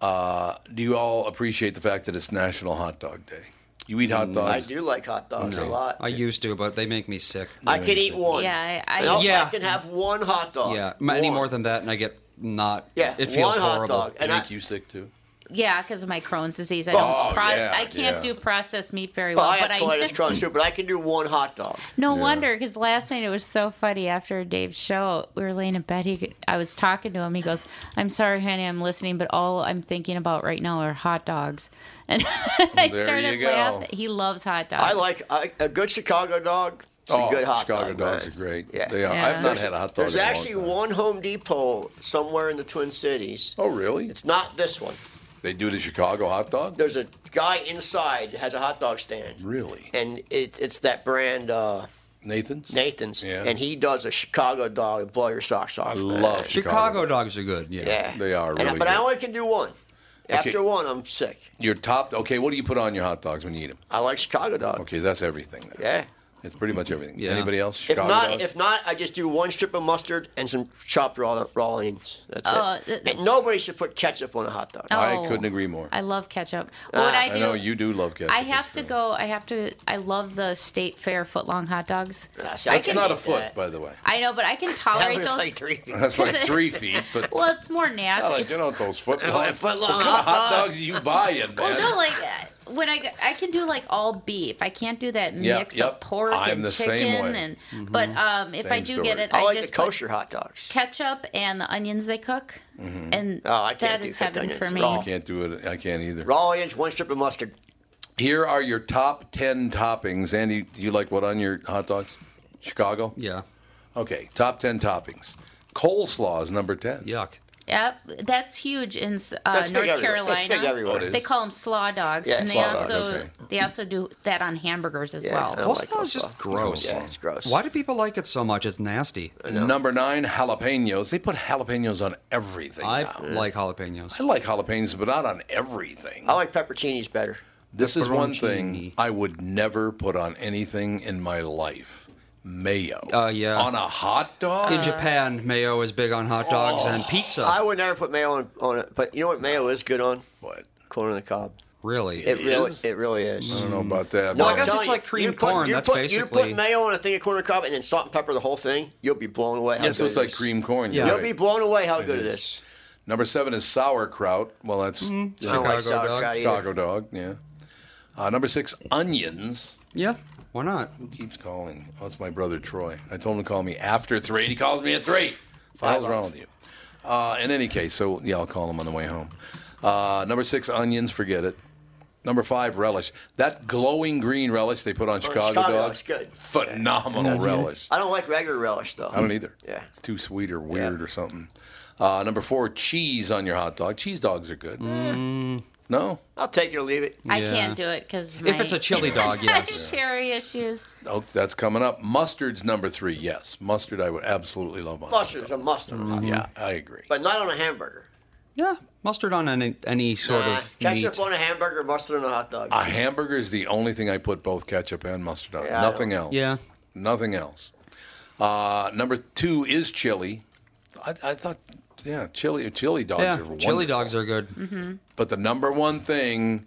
Speaker 1: uh, Do you all appreciate the fact that it's National Hot Dog Day? You eat hot
Speaker 2: Mm, I
Speaker 1: dogs.
Speaker 2: do like hot dogs a lot.
Speaker 3: I used to, but they make me sick.
Speaker 2: I could eat one.
Speaker 4: Yeah, I- I-
Speaker 2: Nope,
Speaker 3: Yeah.
Speaker 2: I can have one hot dog.
Speaker 3: Yeah, m- any
Speaker 2: One.
Speaker 3: more than that, and I get not.
Speaker 2: Yeah,
Speaker 3: it feels
Speaker 2: one
Speaker 3: horrible.
Speaker 2: hot dog. And I,
Speaker 1: Make you sick too.
Speaker 4: Yeah, because of my Crohn's disease, I don't.
Speaker 1: Oh,
Speaker 4: pro-
Speaker 1: yeah,
Speaker 4: I can't
Speaker 1: yeah.
Speaker 4: do processed meat very
Speaker 2: well,
Speaker 4: well.
Speaker 2: I
Speaker 4: but
Speaker 2: have colitis
Speaker 4: I
Speaker 2: Crohn's too, but I can do one hot dog.
Speaker 4: No
Speaker 1: Yeah.
Speaker 4: wonder, because last night it was so funny. After Dave's show, we were laying in bed. He, I was talking to him. He goes, "I'm sorry, honey, I'm listening, but all I'm thinking about right now are hot dogs." And I
Speaker 1: There
Speaker 4: started
Speaker 1: you go.
Speaker 4: laughing. He loves hot dogs.
Speaker 2: I like I, a good Chicago dog. It's a good hot
Speaker 1: Oh, Chicago
Speaker 2: dog.
Speaker 1: dogs
Speaker 2: man.
Speaker 1: are great.
Speaker 2: Yeah.
Speaker 1: They are.
Speaker 4: Yeah.
Speaker 1: I've not had a hot dog.
Speaker 2: There's
Speaker 1: in a long
Speaker 2: actually
Speaker 1: time.
Speaker 2: one Home Depot somewhere in the Twin Cities.
Speaker 1: Oh, really?
Speaker 2: It's not this one.
Speaker 1: they do the Chicago hot dog.
Speaker 2: There's a guy inside that has a hot dog stand.
Speaker 1: Really,
Speaker 2: And it's it's that brand uh,
Speaker 1: Nathan's.
Speaker 2: Nathan's,
Speaker 1: Yeah.
Speaker 2: and he does a Chicago dog and blow your socks off.
Speaker 1: I
Speaker 2: man.
Speaker 1: love
Speaker 3: Chicago dogs are good. Yeah.
Speaker 2: Yeah,
Speaker 1: They are
Speaker 2: And-
Speaker 1: really
Speaker 2: but I
Speaker 1: good.
Speaker 2: only can do one. After one, I'm sick.
Speaker 1: Your top. Okay, what do you put on your hot dogs when you eat them?
Speaker 2: I like Chicago dog.
Speaker 1: Okay, that's everything. Then.
Speaker 2: Yeah.
Speaker 1: It's pretty much everything.
Speaker 3: Yeah.
Speaker 1: Anybody else?
Speaker 2: If
Speaker 1: Chicago
Speaker 2: not,
Speaker 1: dogs?
Speaker 2: if not, I just do one strip of mustard and some chopped raw, raw onions. That's
Speaker 4: Oh,
Speaker 2: it.
Speaker 4: th- th-
Speaker 2: And nobody should put ketchup on a hot dog.
Speaker 4: Oh.
Speaker 1: I couldn't agree more.
Speaker 4: I love ketchup. What I do,
Speaker 1: Ah, I know Oh, you do love ketchup.
Speaker 4: I have
Speaker 1: it's
Speaker 4: to
Speaker 1: true.
Speaker 4: go. I have to. I love the State Fair footlong hot dogs.
Speaker 2: Ah, see, I
Speaker 1: That's
Speaker 2: can
Speaker 1: not
Speaker 2: eat
Speaker 1: a foot,
Speaker 2: that.
Speaker 1: by the way.
Speaker 4: I know, but I can
Speaker 2: That
Speaker 4: tolerate
Speaker 2: was
Speaker 4: those.
Speaker 2: like three feet.
Speaker 1: That's like three feet, but
Speaker 4: well, it's more natural.
Speaker 1: not like, you know those foot long,
Speaker 2: foot long
Speaker 1: what kind of hot dogs are you buying, man?
Speaker 4: Well, no, like uh, when I I can do like all beef. I can't do that
Speaker 1: Yep,
Speaker 4: mix
Speaker 1: yep.
Speaker 4: of pork
Speaker 1: I'm
Speaker 4: and
Speaker 1: the same
Speaker 4: chicken
Speaker 1: way.
Speaker 4: and.
Speaker 3: Mm-hmm.
Speaker 4: But um, if I
Speaker 1: Same
Speaker 4: do
Speaker 1: story.
Speaker 4: get it,
Speaker 2: Mm-hmm. I
Speaker 4: I,
Speaker 2: like
Speaker 4: just
Speaker 2: the kosher hot dogs.
Speaker 4: put ketchup and the onions they cook, and
Speaker 2: Oh, I can't
Speaker 4: that
Speaker 2: do
Speaker 4: is
Speaker 2: cooked
Speaker 4: heaven
Speaker 2: onions.
Speaker 4: for me.
Speaker 2: Raw.
Speaker 1: I Mm-hmm. can't do it. I can't either.
Speaker 2: Raw onions, one strip of mustard.
Speaker 1: Here are your top ten toppings. Andy, do you like what on your hot dogs? Chicago.
Speaker 3: Yeah.
Speaker 1: Okay. Top ten toppings. Coleslaw is number ten.
Speaker 3: Yuck.
Speaker 4: Yep, that's huge in s- uh,
Speaker 2: That's
Speaker 4: North
Speaker 2: big everywhere.
Speaker 4: Carolina.
Speaker 2: That's big everywhere.
Speaker 1: Oh, it is.
Speaker 4: They call them slaw dogs,
Speaker 2: Yeah,
Speaker 4: and they
Speaker 2: slaw
Speaker 4: also
Speaker 1: dogs, okay.
Speaker 4: they also do that on hamburgers as
Speaker 2: Yeah, I
Speaker 4: well.
Speaker 2: don't
Speaker 3: Coleslaw is just gross.
Speaker 2: Yeah, it's gross.
Speaker 3: Why do people like it so much? It's nasty.
Speaker 1: Number nine, jalapenos. They put jalapenos on everything.
Speaker 3: I Mm.
Speaker 1: now.
Speaker 3: like jalapenos.
Speaker 1: I like jalapenos, but not on everything.
Speaker 2: I like pepperoncinis better.
Speaker 1: This is one thing
Speaker 3: Pepperoncini.
Speaker 1: I would never put on anything in my life. Mayo.
Speaker 3: Oh, yeah.
Speaker 1: On a hot dog?
Speaker 3: In Japan, mayo is big on hot dogs and pizza.
Speaker 2: Oh. I would never put mayo on, on it, but you know what mayo is good on?
Speaker 1: What?
Speaker 2: Corn on the cob.
Speaker 3: really?
Speaker 2: It really,
Speaker 1: is?
Speaker 2: it really is.
Speaker 1: I don't know about that.
Speaker 2: No,
Speaker 1: but
Speaker 3: I guess
Speaker 2: I'm telling
Speaker 3: it's
Speaker 2: you,
Speaker 3: like cream
Speaker 2: you put-
Speaker 3: corn,
Speaker 2: You
Speaker 3: that's
Speaker 2: put, You
Speaker 3: basically-
Speaker 2: put mayo on a thing of corn on the cob and then salt and pepper the whole thing. You'll be blown away. how
Speaker 1: yeah, so
Speaker 2: good
Speaker 1: it's
Speaker 2: it
Speaker 1: like
Speaker 2: is.
Speaker 1: cream corn.
Speaker 3: Yeah.
Speaker 1: you're
Speaker 2: You'll
Speaker 1: right.
Speaker 2: be blown away how good it is.
Speaker 1: Number seven is sauerkraut. Well, that's
Speaker 2: I don't like
Speaker 3: Mm-hmm. Chicago dog.
Speaker 2: sauerkraut either.
Speaker 1: Chicago dog. Yeah. Uh, number six, onions.
Speaker 3: yeah. Why not?
Speaker 1: Who keeps calling? Oh, it's my brother Troy. I told him to call me after three. and He calls me at three. Files wrong with you. Uh, in any case, so yeah, I'll call him on the way home. Uh, number six, onions. Forget it. Number five, relish. That glowing green relish they put on Chicago,
Speaker 2: Chicago
Speaker 1: dogs.
Speaker 2: is good.
Speaker 1: Phenomenal relish.
Speaker 2: I don't like regular relish though.
Speaker 1: I don't e- either.
Speaker 2: Yeah.
Speaker 1: It's too sweet or weird or something. Uh, number four, cheese on your hot dog. Cheese dogs are good.
Speaker 2: Mm.
Speaker 1: No?
Speaker 2: I'll take it or leave it.
Speaker 4: I
Speaker 3: Yeah.
Speaker 4: can't do it because
Speaker 3: If it's a chili dog, yes.
Speaker 4: dietary issues.
Speaker 1: Oh, that's coming up. Mustard's number three. Yes. Mustard, I would absolutely love on. a hot Mm-hmm.
Speaker 2: Mustard's a must on a hot dog,
Speaker 1: Yeah, I agree.
Speaker 2: but not on a hamburger.
Speaker 3: Yeah. Mustard on any, any sort
Speaker 2: Nah,
Speaker 3: of
Speaker 2: ketchup
Speaker 3: meat.
Speaker 2: Uh, on a hamburger, mustard on a hot dog.
Speaker 1: A hamburger is the only thing I put both ketchup and mustard on.
Speaker 2: Yeah, I
Speaker 1: Nothing
Speaker 2: don't-
Speaker 1: else.
Speaker 3: Yeah.
Speaker 1: Nothing else. Uh, number two is chili. I, I thought, yeah, chili chili dogs
Speaker 3: Yeah.
Speaker 1: are wonderful.
Speaker 3: Chili dogs are good.
Speaker 2: Mm-hmm.
Speaker 1: But the number one thing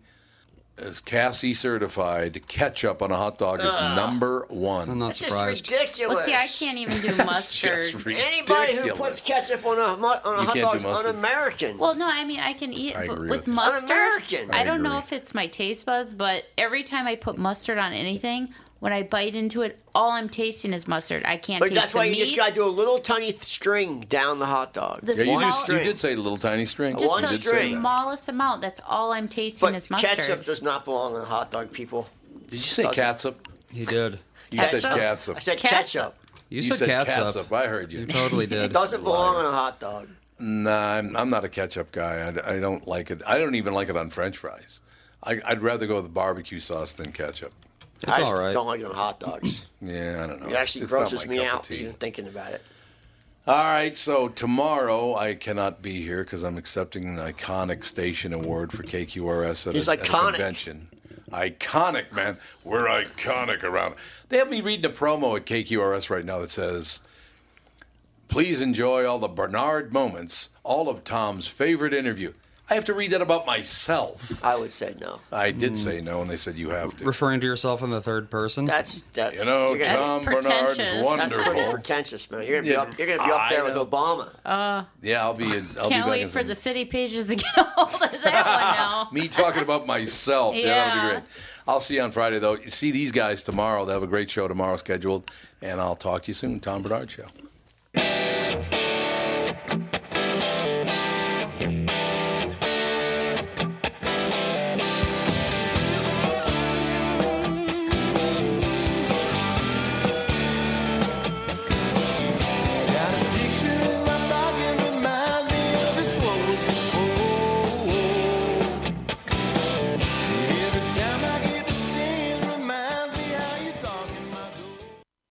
Speaker 1: is Cassie certified ketchup on a hot dog is number one.
Speaker 3: I'm not
Speaker 2: It's just
Speaker 3: surprised.
Speaker 2: ridiculous.
Speaker 4: Well, see, I can't even do mustard.
Speaker 1: Just ridiculous.
Speaker 2: Anybody who puts ketchup on a mu- on a
Speaker 1: You can't
Speaker 2: hot
Speaker 1: do
Speaker 2: dog is
Speaker 1: mustard.
Speaker 2: un-American.
Speaker 4: Well, no, I mean I can eat
Speaker 1: I
Speaker 4: but
Speaker 1: agree
Speaker 4: with
Speaker 1: with you.
Speaker 4: mustard.
Speaker 2: Un-American.
Speaker 4: I, don't know
Speaker 1: agree.
Speaker 4: if it's my taste buds, but every time I put mustard on anything, when I bite into it, all I'm tasting is mustard. I can't
Speaker 2: but
Speaker 4: taste
Speaker 2: that's
Speaker 4: the
Speaker 2: why
Speaker 4: meat.
Speaker 2: you just gotta do a little tiny th- string down the hot dog.
Speaker 4: The
Speaker 1: yeah, you,
Speaker 4: One
Speaker 1: just, you
Speaker 2: string.
Speaker 1: did say little tiny string.
Speaker 4: just
Speaker 2: one
Speaker 1: you
Speaker 4: the
Speaker 1: did say
Speaker 2: string.
Speaker 1: that.
Speaker 4: smallest amount. That's all I'm tasting
Speaker 2: but
Speaker 4: is mustard.
Speaker 2: ketchup does not belong on a hot dog, people.
Speaker 1: Did you say
Speaker 2: Doesn't-
Speaker 1: catsup?
Speaker 3: He did.
Speaker 1: You said
Speaker 4: Ketchup?
Speaker 1: catsup.
Speaker 2: I said
Speaker 4: Catsup.
Speaker 2: ketchup.
Speaker 3: You, said, catsup.
Speaker 1: I heard you.
Speaker 3: You totally
Speaker 2: It
Speaker 3: did.
Speaker 2: doesn't belong on a hot dog.
Speaker 1: Nah, I'm, I'm not a ketchup guy. I, I don't like it. I don't even like it on French fries. I, I'd rather go with barbecue sauce than ketchup.
Speaker 3: It's
Speaker 2: I just
Speaker 3: all right.
Speaker 2: don't like it on hot dogs.
Speaker 1: Yeah, I don't know.
Speaker 2: It actually
Speaker 1: It's- it's not
Speaker 2: grosses
Speaker 1: my
Speaker 2: me
Speaker 1: cup of
Speaker 2: out
Speaker 1: tea.
Speaker 2: even thinking about it.
Speaker 1: All right, so tomorrow I cannot be here because I'm accepting an iconic station award for KQRS at,
Speaker 2: He's
Speaker 1: a, at a
Speaker 2: iconic.
Speaker 1: convention. Iconic, man. We're iconic around. They have me reading a promo at KQRS right now that says, "Please enjoy all the Bernard moments, all of Tom's favorite interview." I have to read that about myself.
Speaker 2: I would say no.
Speaker 1: I did say no, and they said you have to.
Speaker 3: Hmm. Referring to yourself in the third person.
Speaker 2: That's that's
Speaker 1: You know,
Speaker 2: you're gonna-
Speaker 1: Tom Bernard is
Speaker 4: pretentious.
Speaker 2: that's, that's pretty
Speaker 1: wonderful.
Speaker 2: pretentious, man. You're gonna be
Speaker 1: Yeah.
Speaker 2: up, you're gonna be up
Speaker 1: I
Speaker 2: there with
Speaker 1: know.
Speaker 2: Obama.
Speaker 1: Yeah, I'll be. In, I'll be
Speaker 4: Uh, Can't
Speaker 1: back
Speaker 4: wait
Speaker 1: in
Speaker 4: for
Speaker 1: some-
Speaker 4: the city pages to get a hold of that one now.
Speaker 1: Me talking about myself. Yeah, that'll be
Speaker 4: Yeah.
Speaker 1: great. I'll see you on Friday, though. See these guys tomorrow. They have a great show tomorrow scheduled. And I'll talk to you soon. Tom Bernard Show.